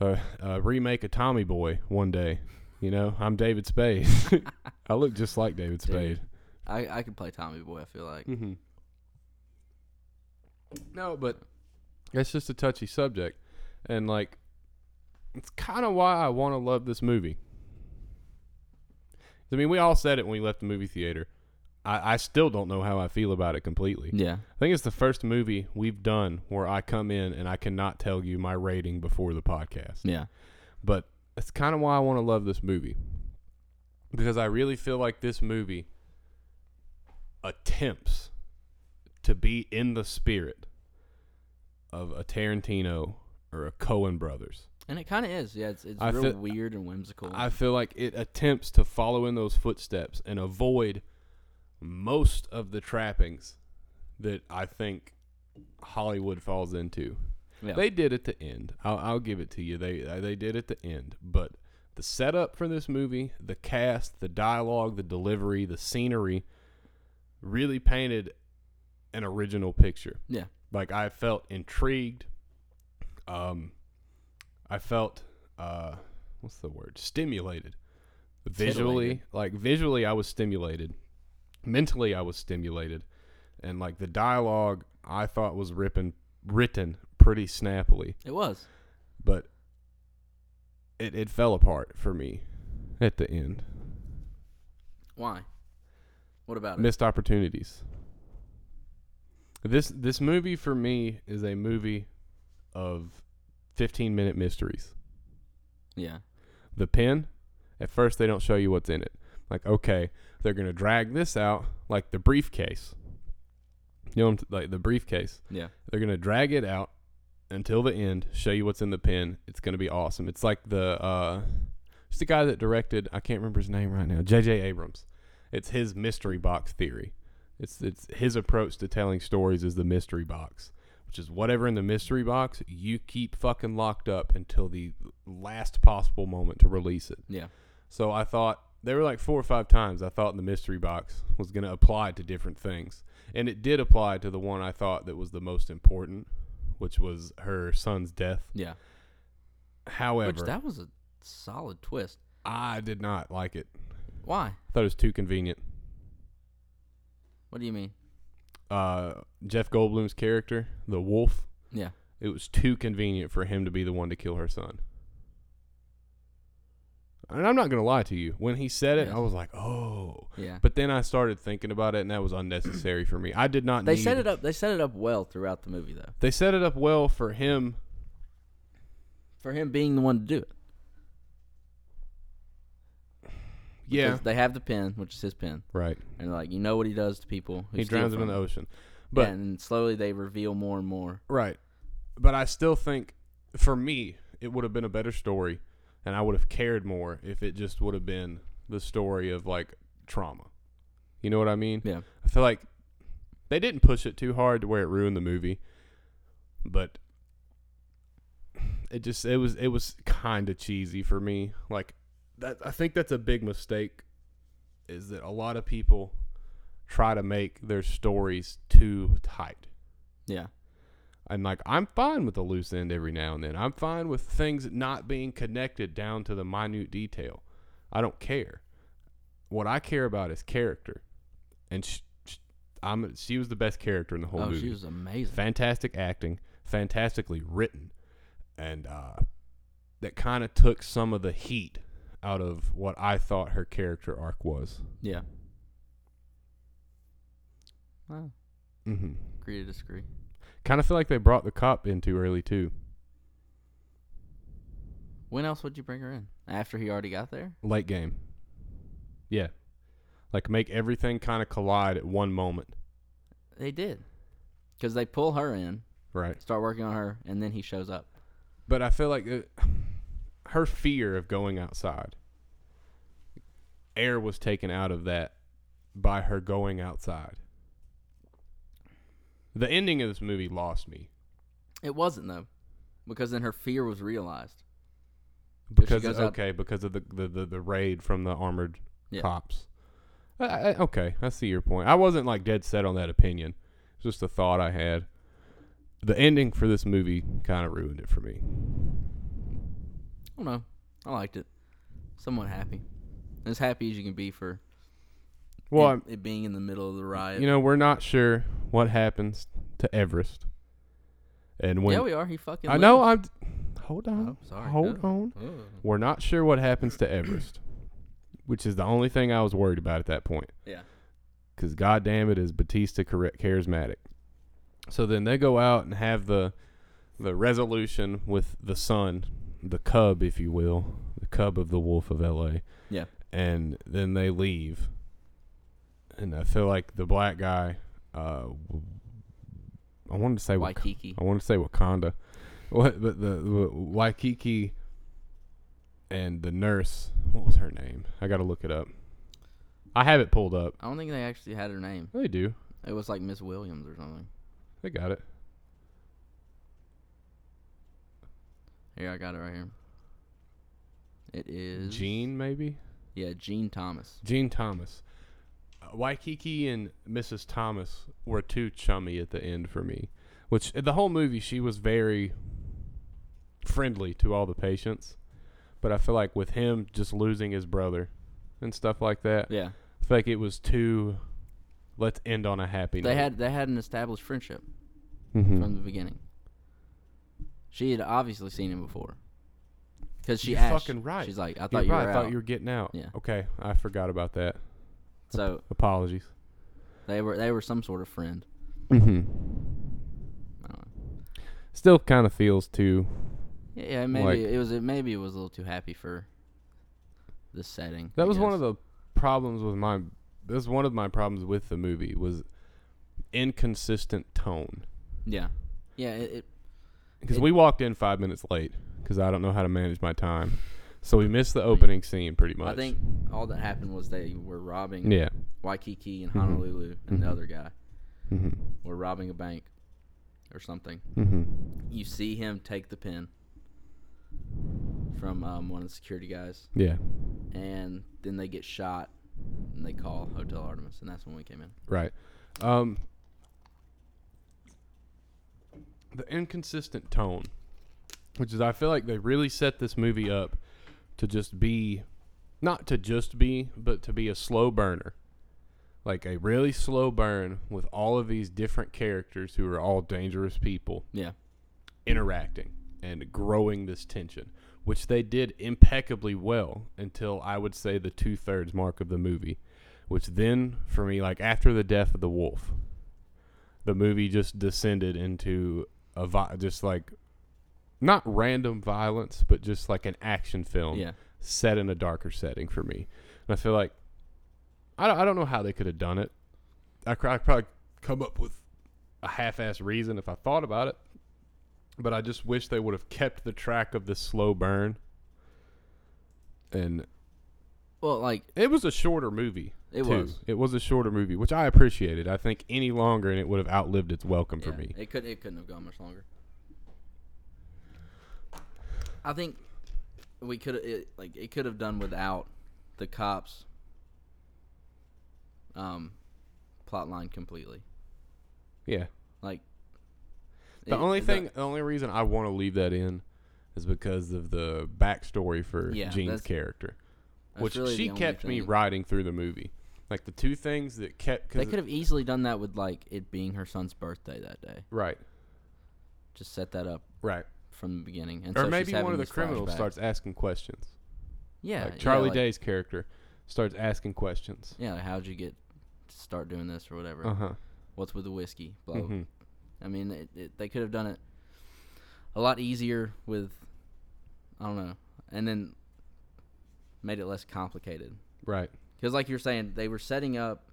Speaker 2: a, a remake of Tommy Boy one day. You know, I'm David Spade. I look just like David Spade.
Speaker 1: I I could play Tommy Boy. I feel like.
Speaker 2: Mm-hmm. No, but it's just a touchy subject, and like, it's kind of why I want to love this movie. I mean, we all said it when we left the movie theater. I, I still don't know how I feel about it completely.
Speaker 1: Yeah.
Speaker 2: I think it's the first movie we've done where I come in and I cannot tell you my rating before the podcast
Speaker 1: Yeah.
Speaker 2: but that's kind of why I want to love this movie because I really feel like this movie attempts to be in the spirit of a Tarantino or a Cohen brothers.
Speaker 1: And it kind of is. Yeah. It's it's
Speaker 2: I
Speaker 1: real
Speaker 2: feel-
Speaker 1: weird and whimsical.
Speaker 2: I feel like it attempts to follow in those footsteps and avoid most of the trappings that I think Hollywood falls into.
Speaker 1: yeah.
Speaker 2: They did at the end. I'll, I'll give it to you. They uh, they did at the end, but the setup for this movie, the cast, the dialogue, the delivery, the scenery, really painted an original picture.
Speaker 1: yeah.
Speaker 2: Like I felt intrigued. Um, I felt uh, what's the word? Stimulated. Visually, like visually, I was stimulated. Mentally, I was stimulated, and like the dialogue, I thought was ripping, written pretty snappily,
Speaker 1: It was.
Speaker 2: but it it fell apart for me at the end.
Speaker 1: Why? What about it?
Speaker 2: Missed opportunities. This this movie for me is a movie of 15 minute mysteries.
Speaker 1: Yeah.
Speaker 2: the pin, at first they don't show you what's in it. Like, okay, they're gonna drag this out like the briefcase. You know, what I'm t- like the briefcase.
Speaker 1: Yeah.
Speaker 2: They're gonna drag it out until the end, show you what's in the pin. It's gonna be awesome. It's like the uh, it's the guy that directed. I can't remember his name right now. J.J. Abrams. It's his mystery box theory. It's it's his approach to telling stories is the mystery box, which is whatever in the mystery box you keep fucking locked up until the last possible moment to release it.
Speaker 1: Yeah.
Speaker 2: So I thought there were like four or five times I thought the mystery box was going to apply to different things, and it did apply to the one I thought that was the most important, which was her son's death.
Speaker 1: Yeah. Which
Speaker 2: However,
Speaker 1: that was a solid twist.
Speaker 2: I did not like it.
Speaker 1: Why?
Speaker 2: I thought it was too convenient.
Speaker 1: What do you mean?
Speaker 2: Uh, Jeff Goldblum's character, the wolf,
Speaker 1: Yeah.
Speaker 2: it was too convenient for him to be the one to kill her son. And I'm not gonna lie to you. When he said it,
Speaker 1: Yes.
Speaker 2: I was like, "Oh!"
Speaker 1: Yeah.
Speaker 2: But then I started thinking about it, and that was unnecessary for me. I did not.
Speaker 1: They
Speaker 2: need,
Speaker 1: set it up. They set it up well throughout the movie, though.
Speaker 2: They set it up well for him.
Speaker 1: For him being the one to do it.
Speaker 2: Yeah.
Speaker 1: 'Cause They have the pen, which is his pen,
Speaker 2: right.
Speaker 1: and like you know what he does to people. Who
Speaker 2: He
Speaker 1: steal
Speaker 2: drowns him in
Speaker 1: from
Speaker 2: the
Speaker 1: him.
Speaker 2: ocean. But
Speaker 1: Yeah, and slowly they reveal more and more.
Speaker 2: right. But I still think, for me, it would have been a better story, and I would have cared more if it just would have been the story of like trauma. You know what I mean?
Speaker 1: Yeah.
Speaker 2: I feel like they didn't push it too hard to where it ruined the movie, but it just it was it was kind of cheesy for me. Like that, I think that's a big mistake. Is that a lot of people try to make their stories too tight?
Speaker 1: Yeah.
Speaker 2: And like I'm fine with a loose end every now and then. I'm fine with things not being connected down to the minute detail. I don't care. What I care about is character. And sh sh I'm she was the best character in the whole
Speaker 1: oh,
Speaker 2: movie.
Speaker 1: she was amazing.
Speaker 2: Fantastic acting, fantastically written, and uh, that kind of took some of the heat out of what I thought her character arc was.
Speaker 1: Yeah. Well,
Speaker 2: Mm-hmm.
Speaker 1: agree to disagree.
Speaker 2: Kind of feel like they brought the cop in too early too.
Speaker 1: When else would you bring her in? After he already got there?
Speaker 2: late game. Yeah. Like make everything kind of collide at one moment.
Speaker 1: They did. Because they pull her in,
Speaker 2: Right.
Speaker 1: start working on her, and then he shows up.
Speaker 2: But I feel like it, her fear of going outside air was taken out of that by her going outside. The ending of this movie lost me
Speaker 1: It wasn't, though. Because then her fear was realized.
Speaker 2: because
Speaker 1: goes out-
Speaker 2: okay because of the, the, the, the raid from the armored
Speaker 1: Yeah.
Speaker 2: cops. I, I, okay, I see your point. I wasn't like dead set on that opinion. It's just a thought I had. The ending for this movie kind of ruined it for me.
Speaker 1: I don't know. I liked it. Somewhat happy. As happy as you can be for
Speaker 2: Well,
Speaker 1: it, it being in the middle of the
Speaker 2: I'm-
Speaker 1: riot.
Speaker 2: you know, we're not sure what happens to Everest, and when
Speaker 1: yeah, we are. He fucking.
Speaker 2: I know
Speaker 1: lives.
Speaker 2: I'm. Hold on,
Speaker 1: Oh, sorry.
Speaker 2: hold
Speaker 1: Go.
Speaker 2: on.
Speaker 1: Ugh.
Speaker 2: We're not sure what happens to Everest, which is the only thing I was worried about at that point.
Speaker 1: Yeah.
Speaker 2: because goddamn it is Batista correct charismatic. So then they go out and have the the resolution with the son, the cub, if you will, the cub of the wolf of L.A.
Speaker 1: Yeah.
Speaker 2: and then they leave. And I feel like the black guy, uh, w- I wanted to say Wak-
Speaker 1: Waikiki.
Speaker 2: I want to say Wakanda, what? But the, the Waikiki and the nurse, what was her name? I got to look it up. I have it pulled up.
Speaker 1: I don't think they actually had her name.
Speaker 2: They do.
Speaker 1: It was like Miss Williams or something.
Speaker 2: They got it.
Speaker 1: Here, I got it right here. It is
Speaker 2: Gene, maybe?
Speaker 1: Yeah, Gene Thomas.
Speaker 2: Gene Thomas. Uh, Waikiki and Mrs. Thomas were uh, too chummy at the end for me. Which, the whole movie, she was very friendly to all the patients. But I feel like with him just losing his brother and stuff like that,
Speaker 1: Yeah.
Speaker 2: I feel like it was too. Let's end on a happy note.
Speaker 1: They had they had an established friendship
Speaker 2: Mhm.
Speaker 1: from the beginning. She had obviously seen him before. Because she
Speaker 2: You're
Speaker 1: asked,
Speaker 2: fucking right.
Speaker 1: She's like, I
Speaker 2: You're
Speaker 1: thought you
Speaker 2: right,
Speaker 1: were
Speaker 2: I thought
Speaker 1: out.
Speaker 2: you were getting out.
Speaker 1: Yeah.
Speaker 2: Okay, I forgot about that.
Speaker 1: So
Speaker 2: Apologies.
Speaker 1: they were they were some sort of friend.
Speaker 2: Mm-hmm.
Speaker 1: I don't know.
Speaker 2: Still kind of feels too.
Speaker 1: Yeah, yeah, maybe
Speaker 2: Like-
Speaker 1: it was it maybe it was a little too happy for this setting. I
Speaker 2: That was one of
Speaker 1: guess.
Speaker 2: the problems with my. That's one of my problems with the movie was inconsistent tone.
Speaker 1: Yeah. Yeah, it, it
Speaker 2: Because
Speaker 1: It-
Speaker 2: we walked in five minutes late because I don't know how to manage my time, so we missed the opening scene pretty much.
Speaker 1: I think all that happened was they were robbing
Speaker 2: Yeah.
Speaker 1: Waikiki and Honolulu and the
Speaker 2: Mhm.
Speaker 1: other guy
Speaker 2: hmm
Speaker 1: were robbing a bank or something.
Speaker 2: hmm
Speaker 1: You see him take the pin from um, one of the security guys,
Speaker 2: Yeah.
Speaker 1: and then they get shot, and they call Hotel Artemis, and that's when we came in.
Speaker 2: Right. Um, the inconsistent tone, which is, I feel like they really set this movie up to just be, not to just be, but to be a slow burner. Like a really slow burn with all of these different characters who are all dangerous people
Speaker 1: Yeah,
Speaker 2: interacting and growing this tension, which they did impeccably well until I would say the two thirds mark of the movie, which then for me, like after the death of the wolf, the movie just descended into a vi- just like not random violence, but just like an action film
Speaker 1: yeah,
Speaker 2: set in a darker setting for me. And I feel like I don't, I don't know how they could have done it. I could I'd probably come up with a half-ass reason if I thought about it, but I just wish they would have kept the track of this slow burn. And
Speaker 1: well, like
Speaker 2: it was a shorter movie.
Speaker 1: it
Speaker 2: too.
Speaker 1: was
Speaker 2: It was a shorter movie, which I appreciated. I think any longer and it would have outlived its welcome for
Speaker 1: Yeah,
Speaker 2: me.
Speaker 1: It could it couldn't have gone much longer. I think we could it like it could have done without the cops um plot line completely.
Speaker 2: Yeah.
Speaker 1: Like
Speaker 2: The
Speaker 1: it-
Speaker 2: only thing, the, only reason I want to leave that in is because of the backstory for
Speaker 1: Yeah,
Speaker 2: Jean's
Speaker 1: that's-
Speaker 2: character,
Speaker 1: that's
Speaker 2: which
Speaker 1: really
Speaker 2: she
Speaker 1: the only
Speaker 2: kept me
Speaker 1: thing.
Speaker 2: riding through the movie. Like the two things that kept,
Speaker 1: They
Speaker 2: cause,
Speaker 1: could have easily done that with like it being her son's birthday that day.
Speaker 2: right,
Speaker 1: Just set that up
Speaker 2: right,
Speaker 1: from the beginning, and
Speaker 2: or
Speaker 1: so
Speaker 2: maybe
Speaker 1: she's
Speaker 2: one
Speaker 1: having
Speaker 2: of the
Speaker 1: these
Speaker 2: criminals
Speaker 1: flashbacks.
Speaker 2: starts asking questions.
Speaker 1: Yeah,
Speaker 2: like
Speaker 1: yeah,
Speaker 2: Charlie
Speaker 1: like-
Speaker 2: Day's character starts asking questions.
Speaker 1: Yeah, like, how'd you get to start doing this or whatever?
Speaker 2: Uh huh.
Speaker 1: What's with the whiskey? Blah, blah,
Speaker 2: hmm
Speaker 1: I mean, it, it, they could have done it a lot easier with, I don't know, and then made it less complicated.
Speaker 2: Right.
Speaker 1: Because, like you're saying, they were setting up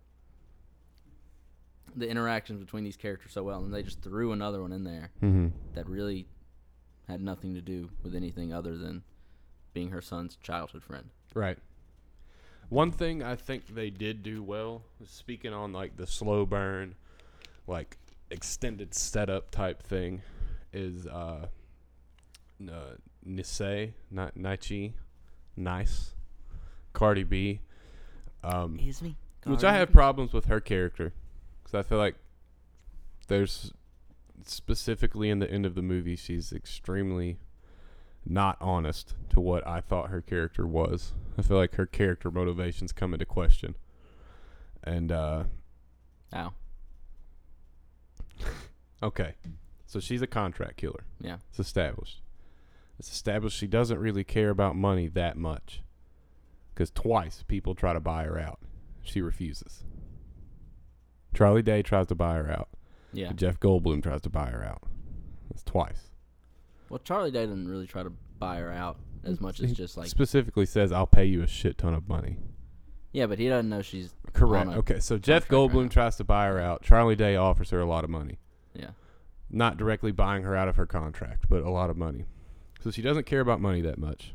Speaker 1: the interactions between these characters so well, and they just threw another one in there
Speaker 2: Mm-hmm.
Speaker 1: that really had nothing to do with anything other than being her son's childhood friend.
Speaker 2: Right. One thing I think they did do well, speaking on like the slow burn, like extended setup type thing, is uh, n- uh Nisei, not Nietzsche, nice, Cardi B, um,
Speaker 1: Is me.
Speaker 2: which I have problems with her character, because I feel like there's specifically in the end of the movie she's extremely not honest to what I thought her character was. I feel like her character motivations come into question, and uh,
Speaker 1: Ow.
Speaker 2: okay, so she's a contract killer.
Speaker 1: Yeah.
Speaker 2: It's established. It's established she doesn't really care about money that much. Because twice people try to buy her out. She refuses. Charlie Day tries to buy her out.
Speaker 1: Yeah.
Speaker 2: Jeff Goldblum tries to buy her out. That's twice.
Speaker 1: Well, Charlie Day didn't really try to buy her out as much as
Speaker 2: Mm, He
Speaker 1: just like.
Speaker 2: Specifically says, I'll pay you a shit ton of money.
Speaker 1: Yeah, but he doesn't know she's.
Speaker 2: Correct.
Speaker 1: on a-
Speaker 2: Okay, so Jeff
Speaker 1: contract right now.
Speaker 2: Goldblum tries to buy her out. Charlie Day offers her a lot of money.
Speaker 1: Yeah.
Speaker 2: not directly buying her out of her contract, but a lot of money. So she doesn't care about money that much.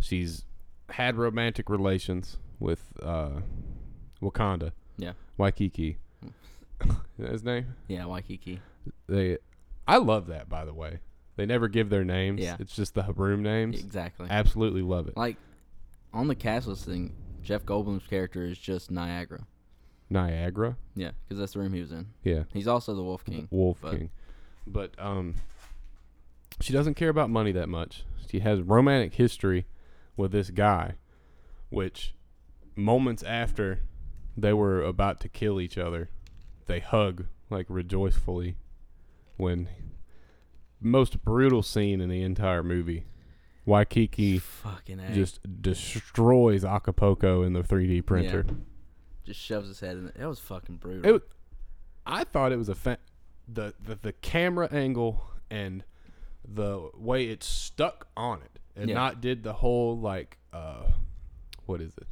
Speaker 2: She's had romantic relations with uh, Wakanda.
Speaker 1: Yeah. Hmm.
Speaker 2: Waikiki. Is that his name?
Speaker 1: Yeah, Waikiki.
Speaker 2: They. I love that, by the way. They never give their names.
Speaker 1: Yeah.
Speaker 2: It's just the room names.
Speaker 1: Exactly.
Speaker 2: Absolutely love it.
Speaker 1: Like on the cast listing, Jeff Goldblum's character is just Niagara.
Speaker 2: Niagara.
Speaker 1: Yeah, because that's the room he was in.
Speaker 2: Yeah.
Speaker 1: He's also the Wolf King.
Speaker 2: Wolf
Speaker 1: but-
Speaker 2: King. But um, she doesn't care about money that much. She has romantic history with this guy, which moments after they were about to kill each other, they hug like rejoicefully when most brutal scene in the entire movie. Waikiki
Speaker 1: Fucking A.
Speaker 2: just destroys Acapulco in the 3D printer.
Speaker 1: just shoves his head in. The, that was fucking brutal.
Speaker 2: It, w- I thought it was a fa- the, the the camera angle and the way it stuck on it, and
Speaker 1: Yeah.
Speaker 2: not did the whole like uh, what is it,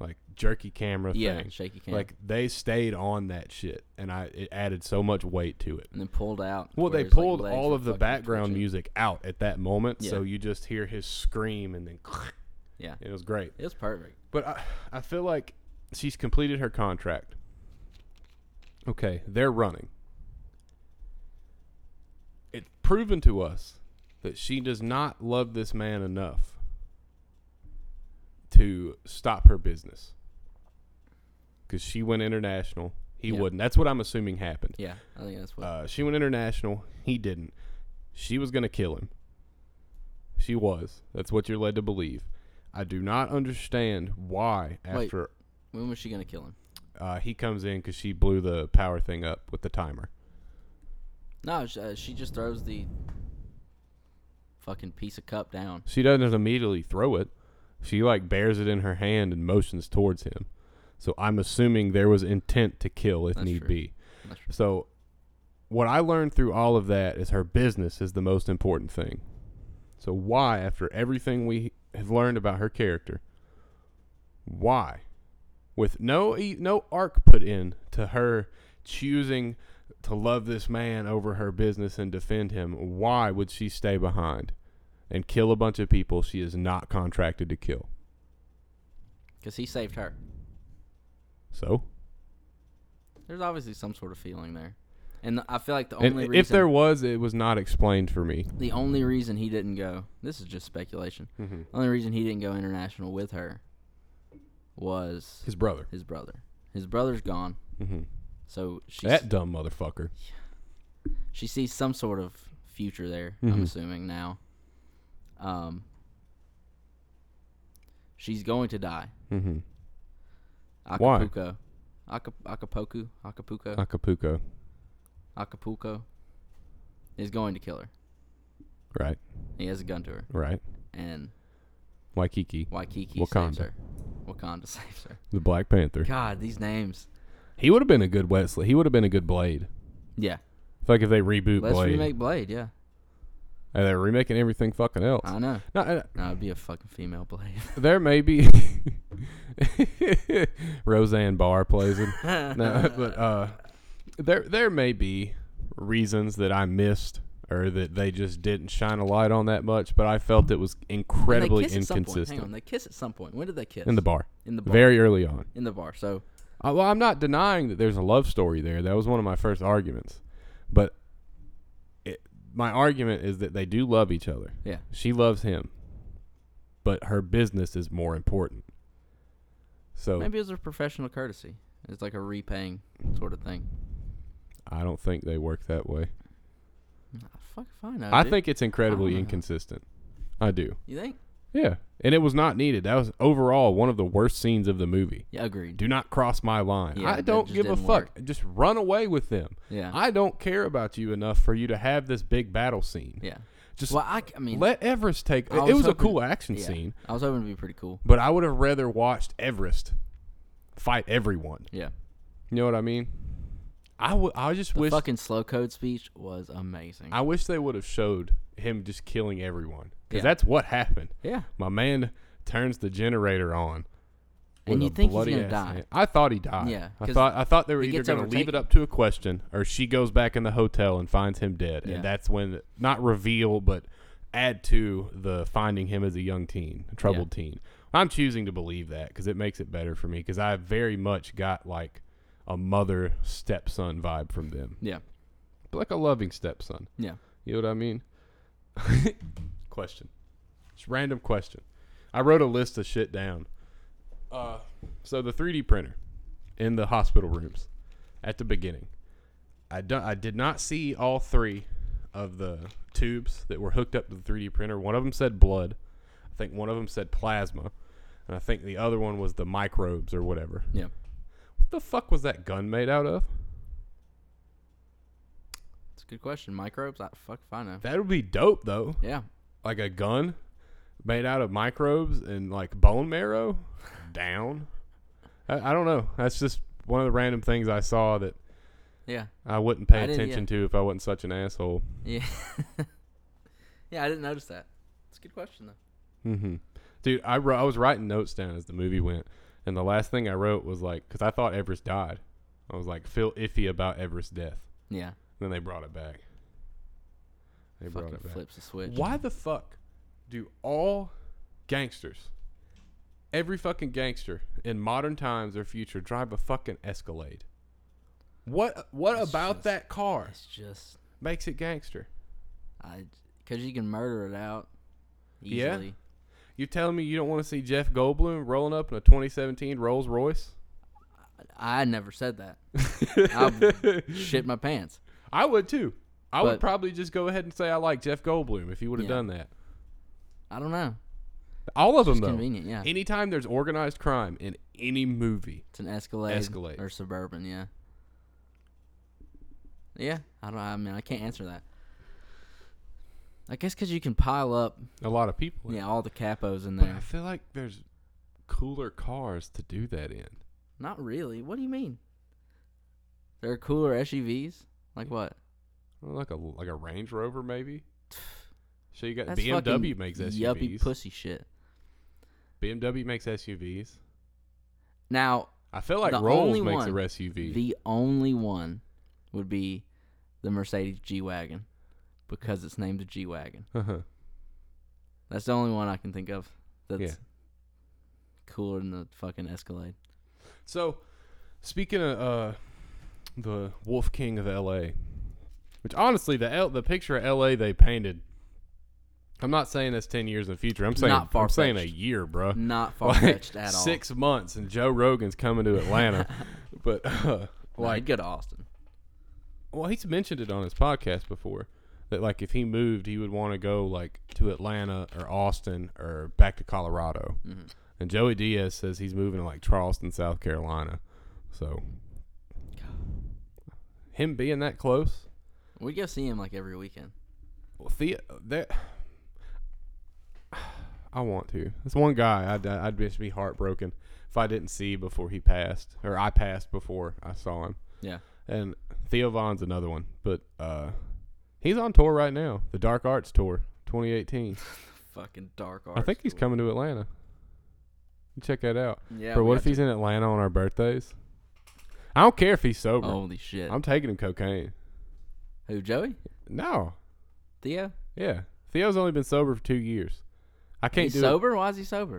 Speaker 2: like jerky camera
Speaker 1: yeah,
Speaker 2: thing.
Speaker 1: shaky cam.
Speaker 2: Like they stayed on that shit, and I it added so much weight to it.
Speaker 1: and then pulled out.
Speaker 2: Well,
Speaker 1: where
Speaker 2: they
Speaker 1: his, like,
Speaker 2: pulled
Speaker 1: legs
Speaker 2: all
Speaker 1: were
Speaker 2: of the
Speaker 1: fucking
Speaker 2: background
Speaker 1: twitching.
Speaker 2: music out at that moment,
Speaker 1: Yeah.
Speaker 2: so you just hear his scream, and then
Speaker 1: Yeah.
Speaker 2: it was great.
Speaker 1: It was perfect.
Speaker 2: But I, I feel like she's completed her contract. Okay, they're running. It's proven to us that she does not love this man enough to stop her business. Because she went international. He
Speaker 1: Yeah.
Speaker 2: wouldn't. That's what I'm assuming happened.
Speaker 1: Yeah, I think that's what.
Speaker 2: Uh, she went international. He didn't. She was going to kill him. She was. That's what you're led to believe. I do not understand why
Speaker 1: Wait.
Speaker 2: after
Speaker 1: when was she gonna kill him?
Speaker 2: uh, he comes in because she blew the power thing up with the timer.
Speaker 1: No, she, uh, she just throws the fucking piece of cup down.
Speaker 2: She doesn't immediately throw it. She like bears it in her hand and motions towards him. So I'm assuming there was intent to kill if
Speaker 1: That's
Speaker 2: need
Speaker 1: true.
Speaker 2: be.
Speaker 1: That's-
Speaker 2: So, what I learned through all of that is her business is the most important thing. So, why, after everything we have learned about her character, why, with no e- no arc put in to her choosing to love this man over her business and defend him, why would she stay behind and kill a bunch of people she is not contracted to kill?
Speaker 1: Because he saved her.
Speaker 2: So,
Speaker 1: There's obviously some sort of feeling there, and I feel like the
Speaker 2: and
Speaker 1: only reason
Speaker 2: if there was, it was not explained for me.
Speaker 1: the only reason he didn't go this is just speculation.
Speaker 2: Mm-hmm.
Speaker 1: The only reason he didn't go international with her was
Speaker 2: His brother.
Speaker 1: his brother. His brother's gone,
Speaker 2: Mm-hmm.
Speaker 1: so she
Speaker 2: That dumb motherfucker.
Speaker 1: she sees some sort of future there. I'm
Speaker 2: Mhm.
Speaker 1: assuming now. Um, she's going to die.
Speaker 2: Mm-hmm. Why? Uh.
Speaker 1: Acapulco. Aca- Acapulco. Acapulco.
Speaker 2: Acapulco,
Speaker 1: Acapulco is going to kill her.
Speaker 2: right?
Speaker 1: He has a gun to her,
Speaker 2: Right.
Speaker 1: and
Speaker 2: Waikiki,
Speaker 1: Waikiki saves
Speaker 2: Wakanda.
Speaker 1: her. Wakanda saves her.
Speaker 2: the Black Panther.
Speaker 1: God, these names.
Speaker 2: He would have been a good Wesley. He would have been a good Blade.
Speaker 1: Yeah,
Speaker 2: It's like if they reboot
Speaker 1: let's
Speaker 2: Blade,
Speaker 1: remake Blade. Yeah,
Speaker 2: and they're remaking everything fucking else.
Speaker 1: I know.
Speaker 2: No, uh,
Speaker 1: No, it'd be a fucking female Blade.
Speaker 2: there may be Roseanne Barr plays him. no, but uh, there there may be reasons that I missed or that they just didn't shine a light on that much. But I felt it was
Speaker 1: And
Speaker 2: incredibly
Speaker 1: they kiss At some point. Hang on,
Speaker 2: inconsistent
Speaker 1: they kiss at some point. When did they kiss?
Speaker 2: in the bar,
Speaker 1: in the bar.
Speaker 2: very early on.
Speaker 1: in the bar. So
Speaker 2: Uh, well, I'm not denying that there's a love story there. That was one of my first arguments, but it, my argument is that they do love each other.
Speaker 1: yeah,
Speaker 2: She loves him, but her business is more important. So
Speaker 1: maybe it was a professional courtesy. It's like a repaying sort of thing.
Speaker 2: I don't think they work that way.
Speaker 1: Nah, Fuck if I know.
Speaker 2: I
Speaker 1: dude.
Speaker 2: think it's incredibly
Speaker 1: know.
Speaker 2: inconsistent. I do.
Speaker 1: you think.
Speaker 2: Yeah, and it was not needed. That was overall one of the worst scenes of the movie.
Speaker 1: Yeah, agreed.
Speaker 2: Do not cross my line.
Speaker 1: Yeah,
Speaker 2: I
Speaker 1: that
Speaker 2: don't
Speaker 1: just
Speaker 2: give a
Speaker 1: didn't
Speaker 2: fuck.
Speaker 1: work.
Speaker 2: Just run away with them.
Speaker 1: Yeah,
Speaker 2: I don't care about you enough for you to have this big battle scene.
Speaker 1: yeah.
Speaker 2: Just
Speaker 1: Well, I, c- I mean,
Speaker 2: let Everest take.
Speaker 1: I
Speaker 2: it was a
Speaker 1: hoping-
Speaker 2: cool action
Speaker 1: yeah.
Speaker 2: scene,
Speaker 1: I was hoping to be pretty cool.
Speaker 2: but I would have rather watched Everest fight everyone.
Speaker 1: Yeah,
Speaker 2: You know what I mean? I would. I just
Speaker 1: the
Speaker 2: wish.
Speaker 1: fucking slow code speech was amazing.
Speaker 2: I wish they would have showed him just killing everyone because
Speaker 1: Yeah.
Speaker 2: that's what happened.
Speaker 1: yeah,
Speaker 2: My man turns the generator on.
Speaker 1: and
Speaker 2: with
Speaker 1: you
Speaker 2: a
Speaker 1: think he's
Speaker 2: bloody
Speaker 1: gonna
Speaker 2: ass
Speaker 1: die?
Speaker 2: hand. I thought he died.
Speaker 1: Yeah,
Speaker 2: I
Speaker 1: 'cause
Speaker 2: thought I thought they were
Speaker 1: he
Speaker 2: either
Speaker 1: gets
Speaker 2: going to leave it
Speaker 1: overtaken.
Speaker 2: up to a question, or she goes back in the hotel and finds him dead,
Speaker 1: Yeah.
Speaker 2: and that's when not reveal, but add to the finding him as a young teen, a troubled teen. I'm choosing to believe that because it makes it better for me because I very much got like a mother stepson vibe from them,
Speaker 1: Yeah,
Speaker 2: but like a loving stepson.
Speaker 1: yeah.
Speaker 2: You know what I mean? question. It's random question. I wrote a list of shit down. Uh, so the 3D printer in the hospital rooms at the beginning. I don't. I did not see all three of the tubes that were hooked up to the 3D printer. One of them said blood. I think one of them said plasma. And I think the other one was the microbes or whatever.
Speaker 1: Yeah.
Speaker 2: What the fuck was that gun made out of?
Speaker 1: It's a good question. Microbes? I fuck if I know.
Speaker 2: That would be dope though.
Speaker 1: Yeah.
Speaker 2: Like a gun made out of microbes and like bone marrow down. I, I don't know. That's just one of the random things I saw that
Speaker 1: Yeah.
Speaker 2: I wouldn't pay
Speaker 1: I didn't-
Speaker 2: attention to if I wasn't such an asshole.
Speaker 1: Yeah. yeah, I didn't notice that. It's a good question though.
Speaker 2: hmm Dude, I, wrote, I was writing notes down as the movie went, and the last thing I wrote was like, because I thought Everest died. I was like, feel iffy about Everest's death.
Speaker 1: Yeah.
Speaker 2: Then they brought it back. They brought
Speaker 1: Fucking
Speaker 2: it back.
Speaker 1: flips the switch.
Speaker 2: Why the fuck do all gangsters, every fucking gangster in modern times or future, drive a fucking Escalade? What what
Speaker 1: It's
Speaker 2: about
Speaker 1: just-
Speaker 2: that car
Speaker 1: It's just
Speaker 2: makes it gangster?
Speaker 1: I because you can murder it out
Speaker 2: Yeah.
Speaker 1: easily.
Speaker 2: You telling me you don't want to see Jeff Goldblum rolling up in a 2017 Rolls Royce?
Speaker 1: I never said that. I would shit my pants.
Speaker 2: I would too. I would
Speaker 1: But-
Speaker 2: probably just go ahead and say I like Jeff Goldblum if you would have
Speaker 1: Yeah.
Speaker 2: done that.
Speaker 1: I don't know.
Speaker 2: All of
Speaker 1: It's
Speaker 2: them though.
Speaker 1: convenient, yeah.
Speaker 2: Anytime there's organized crime in any movie,
Speaker 1: It's an Escalade,
Speaker 2: Escalade.
Speaker 1: or Suburban, yeah. Yeah, I don't. I mean, I can't answer that. I guess because you can pile up,
Speaker 2: a lot of people.
Speaker 1: yeah, all the capos in
Speaker 2: But I
Speaker 1: there.
Speaker 2: feel like there's cooler cars to do that in.
Speaker 1: Not really. What do you mean? There are cooler SUVs. Like what?
Speaker 2: Well, Like a like a Range Rover maybe. So you got
Speaker 1: That's
Speaker 2: BMW
Speaker 1: fucking
Speaker 2: makes
Speaker 1: yuppie
Speaker 2: SUVs.
Speaker 1: pussy shit.
Speaker 2: BMW makes SUVs.
Speaker 1: Now,
Speaker 2: I feel like
Speaker 1: The
Speaker 2: Rolls
Speaker 1: only
Speaker 2: makes
Speaker 1: one-
Speaker 2: a SUV.
Speaker 1: the only one would be the Mercedes G wagon because it's named the G wagon.
Speaker 2: uh-huh.
Speaker 1: That's the only one I can think of that's
Speaker 2: Yeah.
Speaker 1: cooler than the fucking Escalade.
Speaker 2: So, speaking of uh, the Wolf King of L.A., which honestly the L- the picture of L.A. they painted, I'm not saying that's ten years in the future. I'm saying
Speaker 1: Not
Speaker 2: I'm saying a
Speaker 1: far-fetched.
Speaker 2: year, bro.
Speaker 1: Not far
Speaker 2: Like
Speaker 1: fetched at all.
Speaker 2: six months, and Joe Rogan's coming to Atlanta, but uh,
Speaker 1: No,
Speaker 2: like
Speaker 1: he'd go to Austin.
Speaker 2: well, he's mentioned it on his podcast before that like if he moved, he would want to go like to Atlanta or Austin or back to Colorado.
Speaker 1: Mm-hmm.
Speaker 2: And Joey Diaz says he's moving to like Charleston, South Carolina. So him being that close,
Speaker 1: We go see him like every weekend.
Speaker 2: well, Thea, that I want to. This one guy, I'd I'd just be heartbroken if I didn't see before he passed, or I passed before I saw him.
Speaker 1: Yeah.
Speaker 2: And Theo Vaughn's another one, but uh, he's on tour right now, the Dark Arts Tour 2018.
Speaker 1: Fucking dark
Speaker 2: I
Speaker 1: arts.
Speaker 2: think he's
Speaker 1: tour.
Speaker 2: coming to Atlanta. Check that out.
Speaker 1: Yeah.
Speaker 2: Bro,
Speaker 1: we
Speaker 2: what
Speaker 1: got
Speaker 2: if he's in Atlanta on our birthdays? I don't care if he's
Speaker 1: to-
Speaker 2: sober.
Speaker 1: Holy Oh, shit.
Speaker 2: I'm taking him cocaine.
Speaker 1: Who, Joey?
Speaker 2: No.
Speaker 1: Theo?
Speaker 2: Yeah. Theo's only been sober for two years. I can't
Speaker 1: he's
Speaker 2: do
Speaker 1: sober? Why is he sober?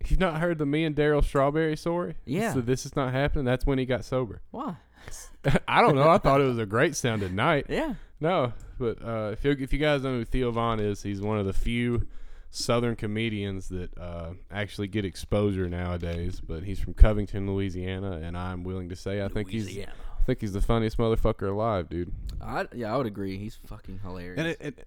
Speaker 2: it. You've not heard the me and Daryl Strawberry story?
Speaker 1: Yeah.
Speaker 2: So this is not happening. That's when he got sober.
Speaker 1: Why?
Speaker 2: I don't know. I thought it was a great sounding night.
Speaker 1: Yeah.
Speaker 2: No, but uh, if you if you guys know who Theo Vaughn is, he's one of the few Southern comedians that uh, actually get exposure nowadays. But he's from Covington, Louisiana, and I'm willing to say I think he's I think he's the funniest motherfucker alive, dude.
Speaker 1: I, yeah, I would agree. He's fucking hilarious.
Speaker 2: And it, it,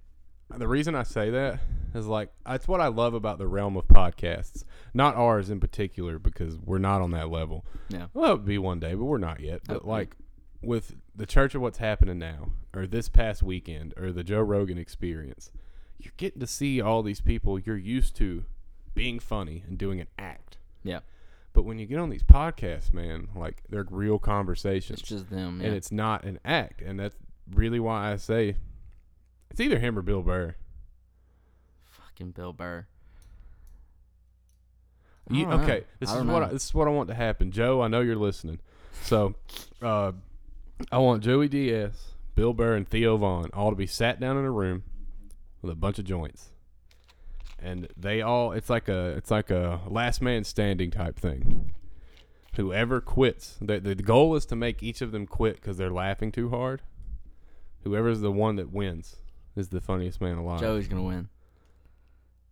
Speaker 2: the reason I say that is like that's what I love about the realm of podcasts, not ours in particular, because we're not on that level.
Speaker 1: Yeah.
Speaker 2: Well, it would be one day, but we're not yet. But
Speaker 1: Hopefully.
Speaker 2: like with the church of what's happening now, or this past weekend, or the Joe Rogan experience, you're getting to see all these people you're used to being funny and doing an act.
Speaker 1: Yeah.
Speaker 2: But when you get on these podcasts, man, like they're real conversations
Speaker 1: It's just them. Yeah.
Speaker 2: and it's not an act. And that's really why I say it's either him or Bill Burr.
Speaker 1: fucking Bill Burr. I
Speaker 2: You,
Speaker 1: don't know.
Speaker 2: okay, this
Speaker 1: I
Speaker 2: is
Speaker 1: don't
Speaker 2: what
Speaker 1: know.
Speaker 2: I, this is what I want to happen, Joe. I know you're listening, so uh, I want Joey Diaz, Bill Burr, and Theo Vaughn all to be sat down in a room with a bunch of joints, and they all it's like a it's like a last man standing type thing. Whoever quits, the, the goal is to make each of them quit because they're laughing too hard. Whoever's the one that wins is the funniest man alive.
Speaker 1: Joey's gonna win.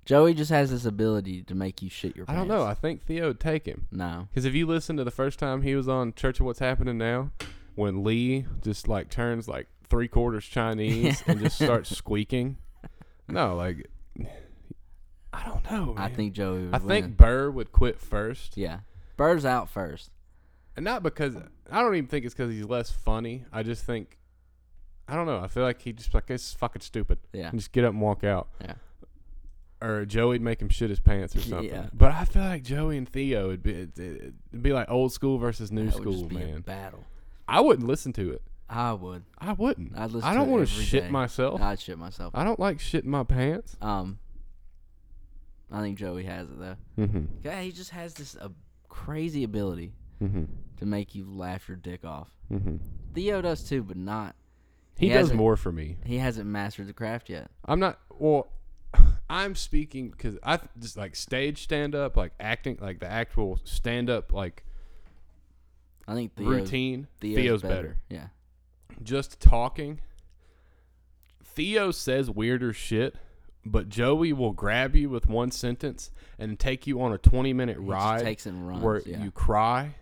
Speaker 1: Joey just has this ability to make you shit your
Speaker 2: I
Speaker 1: pants.
Speaker 2: don't know. I think Theo would take him.
Speaker 1: no.
Speaker 2: Because if you listen to the first time he was on Church of What's Happening Now, when Lee just like turns like three quarters Chinese and just start squeaking. No, like I don't know.
Speaker 1: I
Speaker 2: man.
Speaker 1: think Joey. Would
Speaker 2: I
Speaker 1: win.
Speaker 2: think Burr would quit first,
Speaker 1: Yeah, Burr's out first.
Speaker 2: and not because I don't even think it's because he's less funny. I just think I don't know. I feel like he just like it's fucking stupid.
Speaker 1: Yeah,
Speaker 2: and just get up and walk out.
Speaker 1: Yeah.
Speaker 2: Or Joey'd make him shit his pants or something.
Speaker 1: Yeah.
Speaker 2: But I feel like Joey and Theo would be it'd, it'd be like old school versus new
Speaker 1: that would
Speaker 2: school,
Speaker 1: just be a
Speaker 2: man.
Speaker 1: battle.
Speaker 2: I wouldn't listen to it.
Speaker 1: I would.
Speaker 2: I wouldn't.
Speaker 1: I'd listen
Speaker 2: I
Speaker 1: to
Speaker 2: don't
Speaker 1: it
Speaker 2: want to
Speaker 1: every
Speaker 2: shit
Speaker 1: day.
Speaker 2: myself. Oh. I,
Speaker 1: I'd shit myself.
Speaker 2: don't like shitting my pants.
Speaker 1: Um, I think Joey has it though.
Speaker 2: Mm-hmm.
Speaker 1: Yeah, he just has this uh, crazy ability
Speaker 2: Mm-hmm.
Speaker 1: to make you laugh your dick off.
Speaker 2: Mm-hmm.
Speaker 1: Theo does too, but not.
Speaker 2: He,
Speaker 1: He
Speaker 2: does
Speaker 1: hasn't-
Speaker 2: more for me.
Speaker 1: He hasn't mastered the craft yet.
Speaker 2: I'm not. Well, I'm speaking because I th- just like stage stand up, like acting, like the actual stand up, like
Speaker 1: I think Theo's,
Speaker 2: routine.
Speaker 1: Theo's, better. Yeah,
Speaker 2: just talking. Theo says weirder shit, but Joey will grab you with one sentence and take you on a 20 minute
Speaker 1: he
Speaker 2: ride
Speaker 1: just takes it and runs.
Speaker 2: where
Speaker 1: yeah.
Speaker 2: you cry,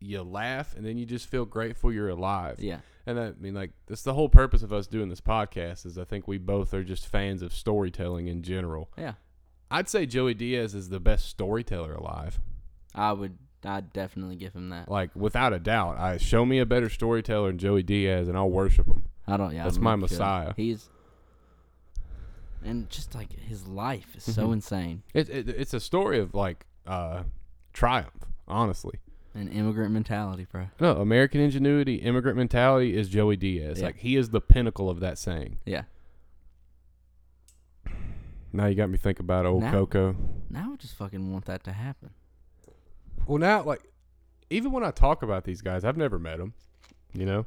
Speaker 2: you laugh, and then you just feel grateful you're alive.
Speaker 1: yeah,
Speaker 2: And I mean, like, that's the whole purpose of us doing this podcast is I think we both are just fans of storytelling in general.
Speaker 1: yeah.
Speaker 2: I'd say Joey Diaz is the best storyteller alive.
Speaker 1: I would. I'd definitely give him that.
Speaker 2: Like, without a doubt. I Show me a better storyteller than Joey Diaz, and I'll worship him.
Speaker 1: I don't. Yeah,
Speaker 2: That's
Speaker 1: I'm
Speaker 2: my
Speaker 1: not sure.
Speaker 2: messiah.
Speaker 1: He's and just like his life is so
Speaker 2: Mhm.
Speaker 1: insane.
Speaker 2: It, it it's a story of like uh, triumph, honestly.
Speaker 1: An immigrant mentality, bro.
Speaker 2: No, American ingenuity, immigrant mentality is Joey Diaz.
Speaker 1: Oh. Yeah.
Speaker 2: Like he is the pinnacle of that saying.
Speaker 1: Yeah.
Speaker 2: Now you got me thinking about old
Speaker 1: Now-
Speaker 2: Coco.
Speaker 1: Now I just fucking want that to happen.
Speaker 2: Well, now like even when I talk about these guys, I've never met them. You know,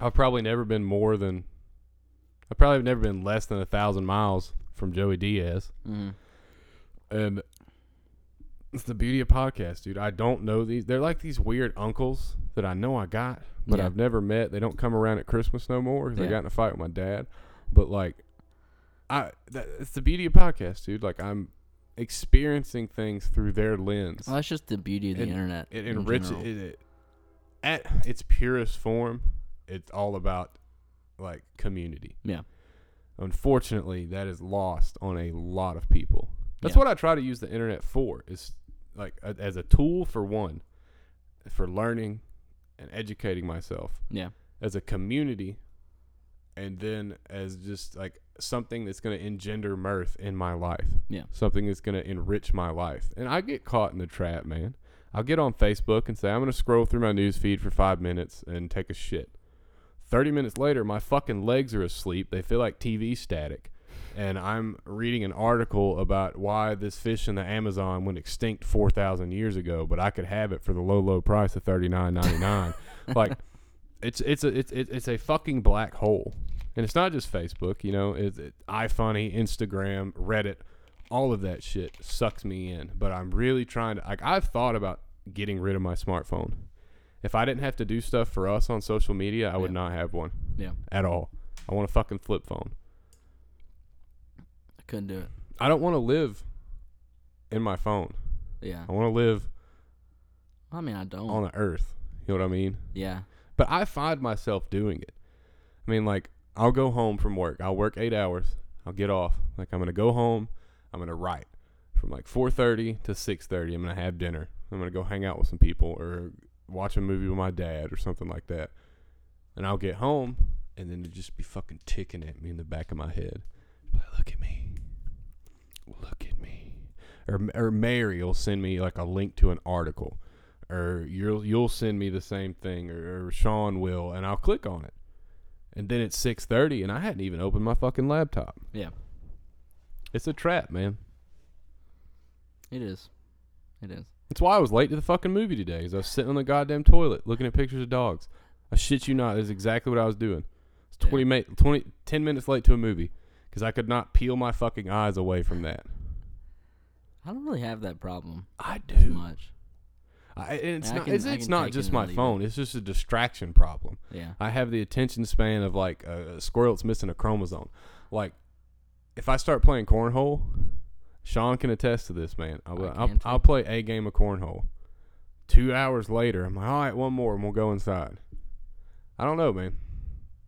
Speaker 2: I've probably never been more than, I probably have never been less than a thousand miles from Joey Diaz.
Speaker 1: Mm.
Speaker 2: And it's the beauty of podcasts, dude. I don't know these. They're like these weird uncles that I know I got, but
Speaker 1: Yeah.
Speaker 2: I've never met. They don't come around at Christmas no more 'cause I
Speaker 1: Yeah.
Speaker 2: got in a fight with my dad. But like, I that, it's the beauty of podcasts, dude. Like I'm experiencing things through their lens.
Speaker 1: Well, that's just the beauty of the
Speaker 2: It-
Speaker 1: internet.
Speaker 2: it
Speaker 1: in
Speaker 2: enriches
Speaker 1: general.
Speaker 2: it, it at its purest form. It's all about like community
Speaker 1: Yeah.
Speaker 2: unfortunately that is lost on a lot of people that's
Speaker 1: Yeah.
Speaker 2: what i try to use the internet for is like a, as a tool for one for learning and educating myself
Speaker 1: Yeah.
Speaker 2: as a community and then as just like something that's going to engender mirth in my life
Speaker 1: Yeah.
Speaker 2: something that's going to enrich my life and i get caught in the trap man i'll get on facebook and say i'm going to scroll through my news feed for five minutes and take a shit 30 minutes later, my fucking legs are asleep. They feel like TV static. And I'm reading an article about why this fish in the Amazon went extinct 4,000 years ago, but I could have it for the low, low price of $39.99. like, it's, it's, a, it's, it's it's a fucking black hole. And it's not just Facebook, you know, it's it, iFunny, Instagram, Reddit, all of that shit sucks me in. But I'm really trying to, like, I've thought about getting rid of my smartphone. If I didn't have to do stuff for us on social media, I would
Speaker 1: Yeah.
Speaker 2: not have one
Speaker 1: Yeah.
Speaker 2: at all. I want a fucking flip phone.
Speaker 1: I couldn't do it.
Speaker 2: I don't want to live in my phone.
Speaker 1: Yeah.
Speaker 2: I want to live
Speaker 1: I mean, I don't.
Speaker 2: on the earth. You know what I mean?
Speaker 1: yeah.
Speaker 2: But I find myself doing it. I mean, like, I'll go home from work. I'll work eight hours. I'll get off. Like, I'm going to go home. I'm going to write from like 4.30 to 6.30. I'm going to have dinner. I'm going to go hang out with some people or watch a movie with my dad or something like that. And I'll get home and then it'll just be fucking ticking at me in the back of my head. Like, look at me. Look at me. Or, or Mary will send me like a link to an article or you'll you'll send me the same thing or, or Sean will and I'll click on it. And then it's 6:30 and I hadn't even opened my fucking laptop.
Speaker 1: Yeah.
Speaker 2: It's a trap, man.
Speaker 1: It is. It is.
Speaker 2: That's why I was late to the fucking movie today. Cuz I was sitting on the goddamn toilet looking at pictures of dogs. I shit you not, that's exactly what I was doing. It's
Speaker 1: Yeah.
Speaker 2: 20, ma- 20 10 minutes late to a movie cuz I could not peel my fucking eyes away from that.
Speaker 1: I don't really have that problem
Speaker 2: I
Speaker 1: as
Speaker 2: do.
Speaker 1: much.
Speaker 2: I, and it's
Speaker 1: I
Speaker 2: not
Speaker 1: can-
Speaker 2: it's,
Speaker 1: I
Speaker 2: it's
Speaker 1: can take
Speaker 2: not
Speaker 1: it
Speaker 2: just
Speaker 1: and
Speaker 2: my
Speaker 1: leave it.
Speaker 2: phone. It's just a distraction problem.
Speaker 1: Yeah.
Speaker 2: I have the attention span of like a, a squirrel that's missing a chromosome. Like, if I start playing cornhole, Sean can attest to this, man. I'll,
Speaker 1: I
Speaker 2: I'll,
Speaker 1: can too.
Speaker 2: I'll play a game of cornhole. Two hours later, I'm like, all right, one more, and we'll go inside. I don't know, man.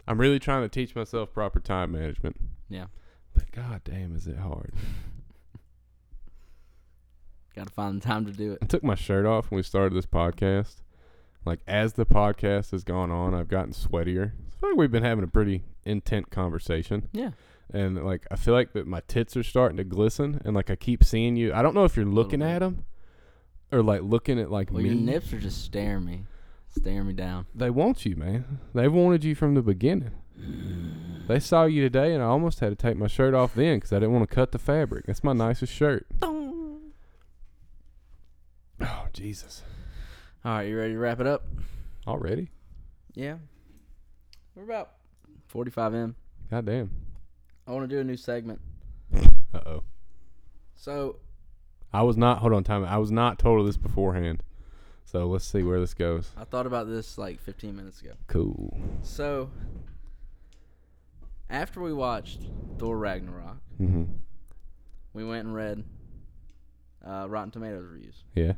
Speaker 2: I'm really trying to teach myself proper time management.
Speaker 1: Yeah.
Speaker 2: But god damn is it hard.
Speaker 1: Gotta find the time to do it.
Speaker 2: I took my shirt off when we started this podcast. Like as the podcast has gone on, I've gotten sweatier. I feel like we've been having a pretty intent conversation.
Speaker 1: Yeah.
Speaker 2: And like I feel like that my tits are starting to glisten and like I keep seeing you. I don't know if you're looking
Speaker 1: bit.
Speaker 2: at them or like looking at like
Speaker 1: Well,
Speaker 2: me.
Speaker 1: your nips are just staring me, staring me down.
Speaker 2: They want you, man. They've wanted you from the beginning. They saw you today, and I almost had to take my shirt off then because I didn't want to cut the fabric. That's my nicest shirt. Oh, Jesus.
Speaker 1: All right, you ready to wrap it up?
Speaker 2: Already?
Speaker 1: Yeah. We're about 45 in.
Speaker 2: Goddamn.
Speaker 1: I want to do a new segment.
Speaker 2: Uh oh.
Speaker 1: So
Speaker 2: I was not, hold on, time. out. I was not told of this beforehand. So let's see where this goes.
Speaker 1: I thought about this like 15 minutes ago.
Speaker 2: Cool.
Speaker 1: So after we watched Thor Ragnarok,
Speaker 2: Mm-hmm.
Speaker 1: we went and read uh, Rotten Tomatoes reviews.
Speaker 2: Yeah.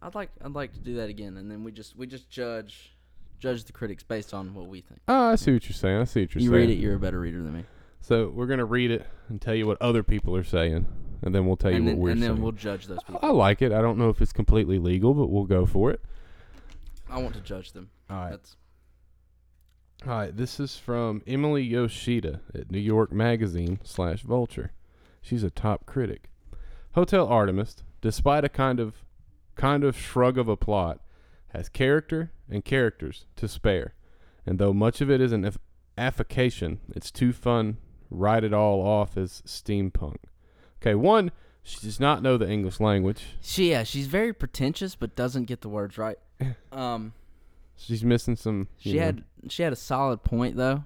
Speaker 1: I'd like I'd like to do that again, and then we just we just judge judge the critics based on what we think.
Speaker 2: Oh, I see what you're saying. I see what you're
Speaker 1: You
Speaker 2: saying.
Speaker 1: read it, you're a better reader than me.
Speaker 2: So we're going to read it and tell you what other people are saying, and then we'll tell
Speaker 1: and
Speaker 2: you
Speaker 1: then,
Speaker 2: what we're
Speaker 1: and
Speaker 2: saying.
Speaker 1: then we'll judge those people.
Speaker 2: I like it. I don't know if it's completely legal, but we'll go for it.
Speaker 1: I want to judge them.
Speaker 2: All right.
Speaker 1: That's
Speaker 2: All right, this is from Emily Yoshida at New York Magazine slash Vulture. She's a top critic. Hotel Artemis, despite a kind of kind of shrug of a plot, has character and characters to spare. And though much of it is an aff- affication, it's too fun. Write it all off as steampunk. Okay, one, she does not know the English language.
Speaker 1: she. Yeah, she's very pretentious, but doesn't get the words right. Um,
Speaker 2: She's missing some. you
Speaker 1: she
Speaker 2: know-
Speaker 1: had she had a solid point though.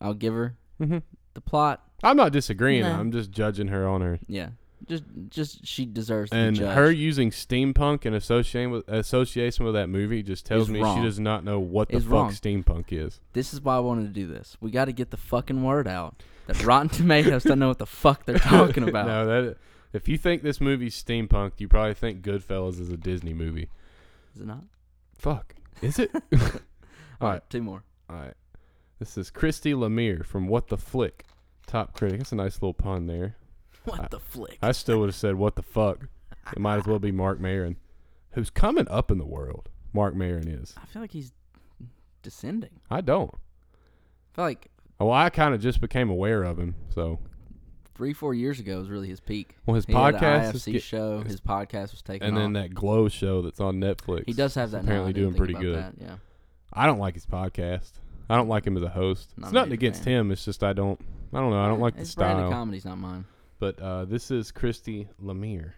Speaker 1: I'll give her
Speaker 2: Mhm.
Speaker 1: the plot.
Speaker 2: I'm not disagreeing.
Speaker 1: No.
Speaker 2: I'm just judging her on her
Speaker 1: Yeah, just just she deserves to
Speaker 2: And
Speaker 1: be judged.
Speaker 2: her using steampunk and association with association with that movie just tells
Speaker 1: Is
Speaker 2: me
Speaker 1: wrong.
Speaker 2: she does not know what the
Speaker 1: Is
Speaker 2: fuck
Speaker 1: wrong.
Speaker 2: steampunk is.
Speaker 1: This is why I wanted to do this. We got to get the fucking word out that Rotten Tomatoes don't know what the fuck they're talking about.
Speaker 2: no, that if you think this movie's steampunk, you probably think Goodfellas is a Disney movie.
Speaker 1: Is it not?
Speaker 2: Fuck, is it?
Speaker 1: All
Speaker 2: All
Speaker 1: right, two more.
Speaker 2: All right, this is Christy Lemire from What the Flick, top critic. That's a nice little pun there.
Speaker 1: What
Speaker 2: I-
Speaker 1: the flick?
Speaker 2: I still would have said What the fuck. It might as well be Mark Maron, who's coming up in the world. Mark Maron is.
Speaker 1: I feel like he's descending.
Speaker 2: I don't.
Speaker 1: I feel like
Speaker 2: Well, I kind of just became aware of him, so
Speaker 1: three, four years ago was really his peak.
Speaker 2: Well, his
Speaker 1: He had a
Speaker 2: podcast is
Speaker 1: IFC
Speaker 2: get-
Speaker 1: show. His podcast was taken
Speaker 2: and then
Speaker 1: off.
Speaker 2: that glow show that's on Netflix.
Speaker 1: he does have that. now.
Speaker 2: apparently
Speaker 1: I didn't
Speaker 2: doing
Speaker 1: think
Speaker 2: pretty
Speaker 1: about
Speaker 2: good.
Speaker 1: That. Yeah,
Speaker 2: I don't like his podcast. I don't like him as a host.
Speaker 1: Not
Speaker 2: it's
Speaker 1: a
Speaker 2: nothing
Speaker 1: big
Speaker 2: against
Speaker 1: fan.
Speaker 2: him. It's just I don't. I don't know. I don't like the
Speaker 1: His brand
Speaker 2: style.
Speaker 1: of comedy's not mine.
Speaker 2: But uh, this is Christy Lemire.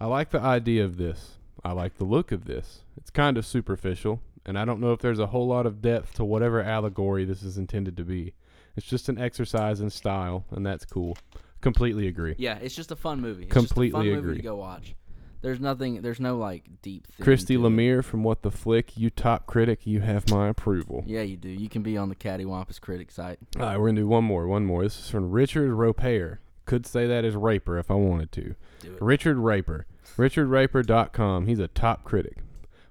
Speaker 2: I like the idea of this. I like the look of this. It's kind of superficial, and I don't know if there's a whole lot of depth to whatever allegory this is intended to be. It's just an exercise in style, and that's cool. Completely agree.
Speaker 1: Yeah, it's just a fun movie. It's just a
Speaker 2: Completely
Speaker 1: fun movie
Speaker 2: agree.
Speaker 1: to go watch. There's nothing. There's no like deep. theme
Speaker 2: Christy
Speaker 1: to it.
Speaker 2: Lemire from What the Flick, you top critic, you have my approval.
Speaker 1: Yeah, you do. You can be on the Cattywampus critic site.
Speaker 2: All right, we're gonna do one more, one more. This is from Richard Roper. Could say that as Raper if I wanted to.
Speaker 1: Do it.
Speaker 2: Richard Raper. RichardRaper.com. He's a top critic.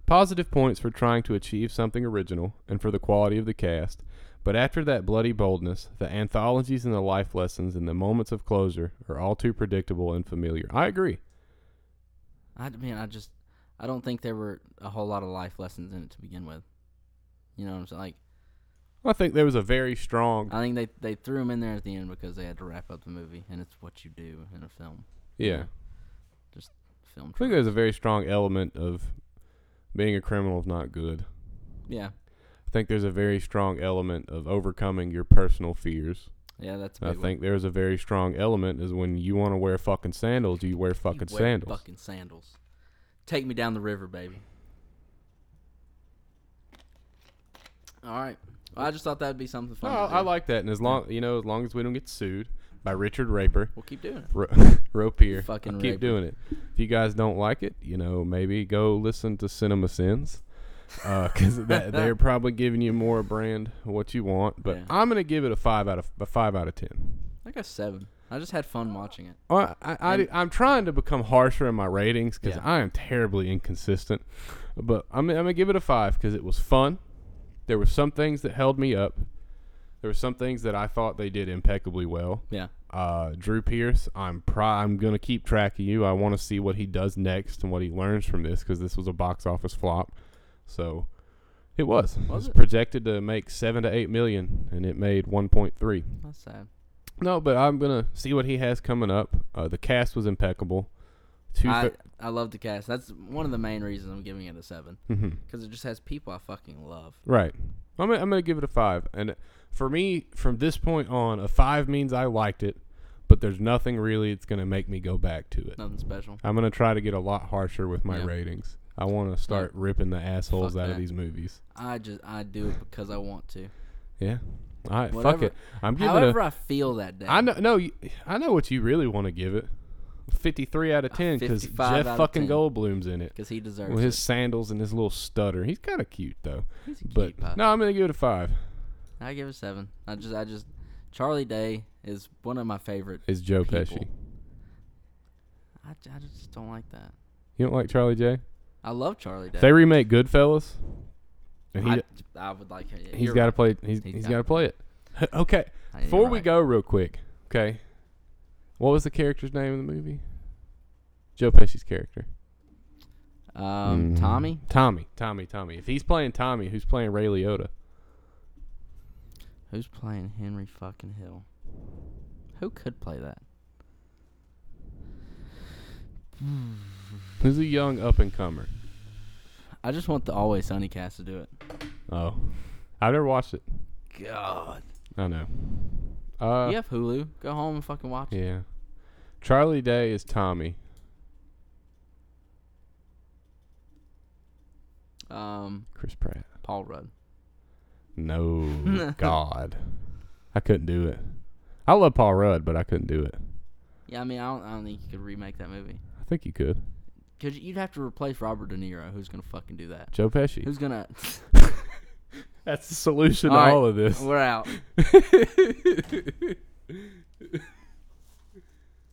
Speaker 2: Positive points for trying to achieve something original and for the quality of the cast, but after that bloody boldness, the anthologies and the life lessons and the moments of closure are all too predictable and familiar. I agree.
Speaker 1: I mean, I just, I don't think there were a whole lot of life lessons in it to begin with. You know what I'm saying? Like,
Speaker 2: I think there was a very strong
Speaker 1: I think they they threw him in there at the end because they had to wrap up the movie, and it's what you do in a film.
Speaker 2: Yeah.
Speaker 1: Film.
Speaker 2: I think
Speaker 1: trope.
Speaker 2: there's a very strong element of being a criminal is not good.
Speaker 1: yeah,
Speaker 2: I think there's a very strong element of overcoming your personal fears.
Speaker 1: yeah, that's. a
Speaker 2: I
Speaker 1: big one.
Speaker 2: think there's a very strong element is when you want to wear fucking sandals, you wear
Speaker 1: You
Speaker 2: fucking
Speaker 1: wear
Speaker 2: sandals.
Speaker 1: Fucking sandals. Take me down the river, baby. All right. Well, I just thought that'd be something
Speaker 2: No,
Speaker 1: fun. to
Speaker 2: I, I
Speaker 1: do.
Speaker 2: like that, and as long you know, as long as we don't get sued by Richard Raper,
Speaker 1: We'll keep doing it.
Speaker 2: Ro- Ropier,
Speaker 1: Fucking
Speaker 2: I'll keep
Speaker 1: Raper.
Speaker 2: doing it. If you guys don't like it, you know, maybe go listen to Cinema Sins, because that they're probably giving you more brand of what you want. But
Speaker 1: Yeah.
Speaker 2: I'm gonna give it a five out of a five out of ten.
Speaker 1: I got seven. I just had fun watching it.
Speaker 2: Well, I, I,
Speaker 1: And-
Speaker 2: I'm trying to become harsher in my ratings because
Speaker 1: Yeah.
Speaker 2: I am terribly inconsistent. But I'm, I'm going to give it a five because it was fun. There were some things that held me up. There were some things that I thought they did impeccably well.
Speaker 1: Yeah.
Speaker 2: Uh, Drew Pierce, I'm pri- I'm gonna keep track of you. I want to see what he does next and what he learns from this because this was a box office flop. So it was. it was
Speaker 1: it?
Speaker 2: projected to make seven to eight million, and it made 1.3.
Speaker 1: That's sad.
Speaker 2: No, but I'm gonna see what he has coming up. Uh, the cast was impeccable. Two.
Speaker 1: I,
Speaker 2: thir-
Speaker 1: I love the cast. That's one of the main reasons I'm giving it a seven
Speaker 2: Mhm.
Speaker 1: because it just has people I fucking love.
Speaker 2: Right. I'm gonna, I'm gonna give it a five. And for me, from this point on, a five means I liked it, but there's nothing really that's gonna make me go back to it.
Speaker 1: Nothing special.
Speaker 2: I'm gonna try to get a lot harsher with my
Speaker 1: Yeah.
Speaker 2: ratings. I want to start ripping the assholes
Speaker 1: Fuck
Speaker 2: out of
Speaker 1: that.
Speaker 2: these movies.
Speaker 1: I just I do it because I want to.
Speaker 2: Yeah. All right. Fuck
Speaker 1: Whatever-
Speaker 2: it. I'm giving it
Speaker 1: However
Speaker 2: a.
Speaker 1: I feel that day.
Speaker 2: I know. No. you- I know what you really want to give it. 53 out of 10 because
Speaker 1: 55
Speaker 2: Jeff
Speaker 1: Oh, out of
Speaker 2: fucking
Speaker 1: 10.
Speaker 2: Goldblum's in it.
Speaker 1: because he deserves
Speaker 2: With his sandals and his little stutter. He's kind of cute though.
Speaker 1: it. He's a
Speaker 2: But
Speaker 1: cute pup.
Speaker 2: no, I'm gonna give it a five.
Speaker 1: I give it a seven. I just I just Charlie Day is one of my favorite.
Speaker 2: It's Joe
Speaker 1: People.
Speaker 2: Pesci.
Speaker 1: I, j- I just don't like that.
Speaker 2: You don't like Charlie J?
Speaker 1: I love Charlie Day.
Speaker 2: If they remake Goodfellas, and he
Speaker 1: I, I would like him.
Speaker 2: he's got to play. He's
Speaker 1: He's
Speaker 2: he's
Speaker 1: got-
Speaker 2: got to play it. okay.
Speaker 1: play.
Speaker 2: Before we go, real quick. Okay. What was the character's name in the movie? Joe Pesci's character.
Speaker 1: um,
Speaker 2: Mm.
Speaker 1: Tommy,
Speaker 2: Tommy. Tommy. Tommy. If he's playing Tommy, who's playing Ray Liotta?
Speaker 1: who's playing Henry fucking Hill? Who could play that?
Speaker 2: Who's a young up and comer?
Speaker 1: I just want the Always Sunny cast to do it.
Speaker 2: Oh, I've never watched it.
Speaker 1: God,
Speaker 2: I know. Uh,
Speaker 1: you have Hulu. Go home and fucking watch it.
Speaker 2: Yeah. Charlie Day is Tommy.
Speaker 1: Um,
Speaker 2: Chris Pratt.
Speaker 1: Paul Rudd.
Speaker 2: No. God. I couldn't do it. I love Paul Rudd, but I couldn't do it.
Speaker 1: Yeah, I mean, I don't, I don't think you could remake that movie.
Speaker 2: I think you could.
Speaker 1: Cause you'd have to replace Robert De Niro. Who's gonna fucking do that?
Speaker 2: Joe Pesci.
Speaker 1: Who's gonna?
Speaker 2: That's the solution
Speaker 1: All
Speaker 2: to
Speaker 1: right.
Speaker 2: all of this.
Speaker 1: We're out.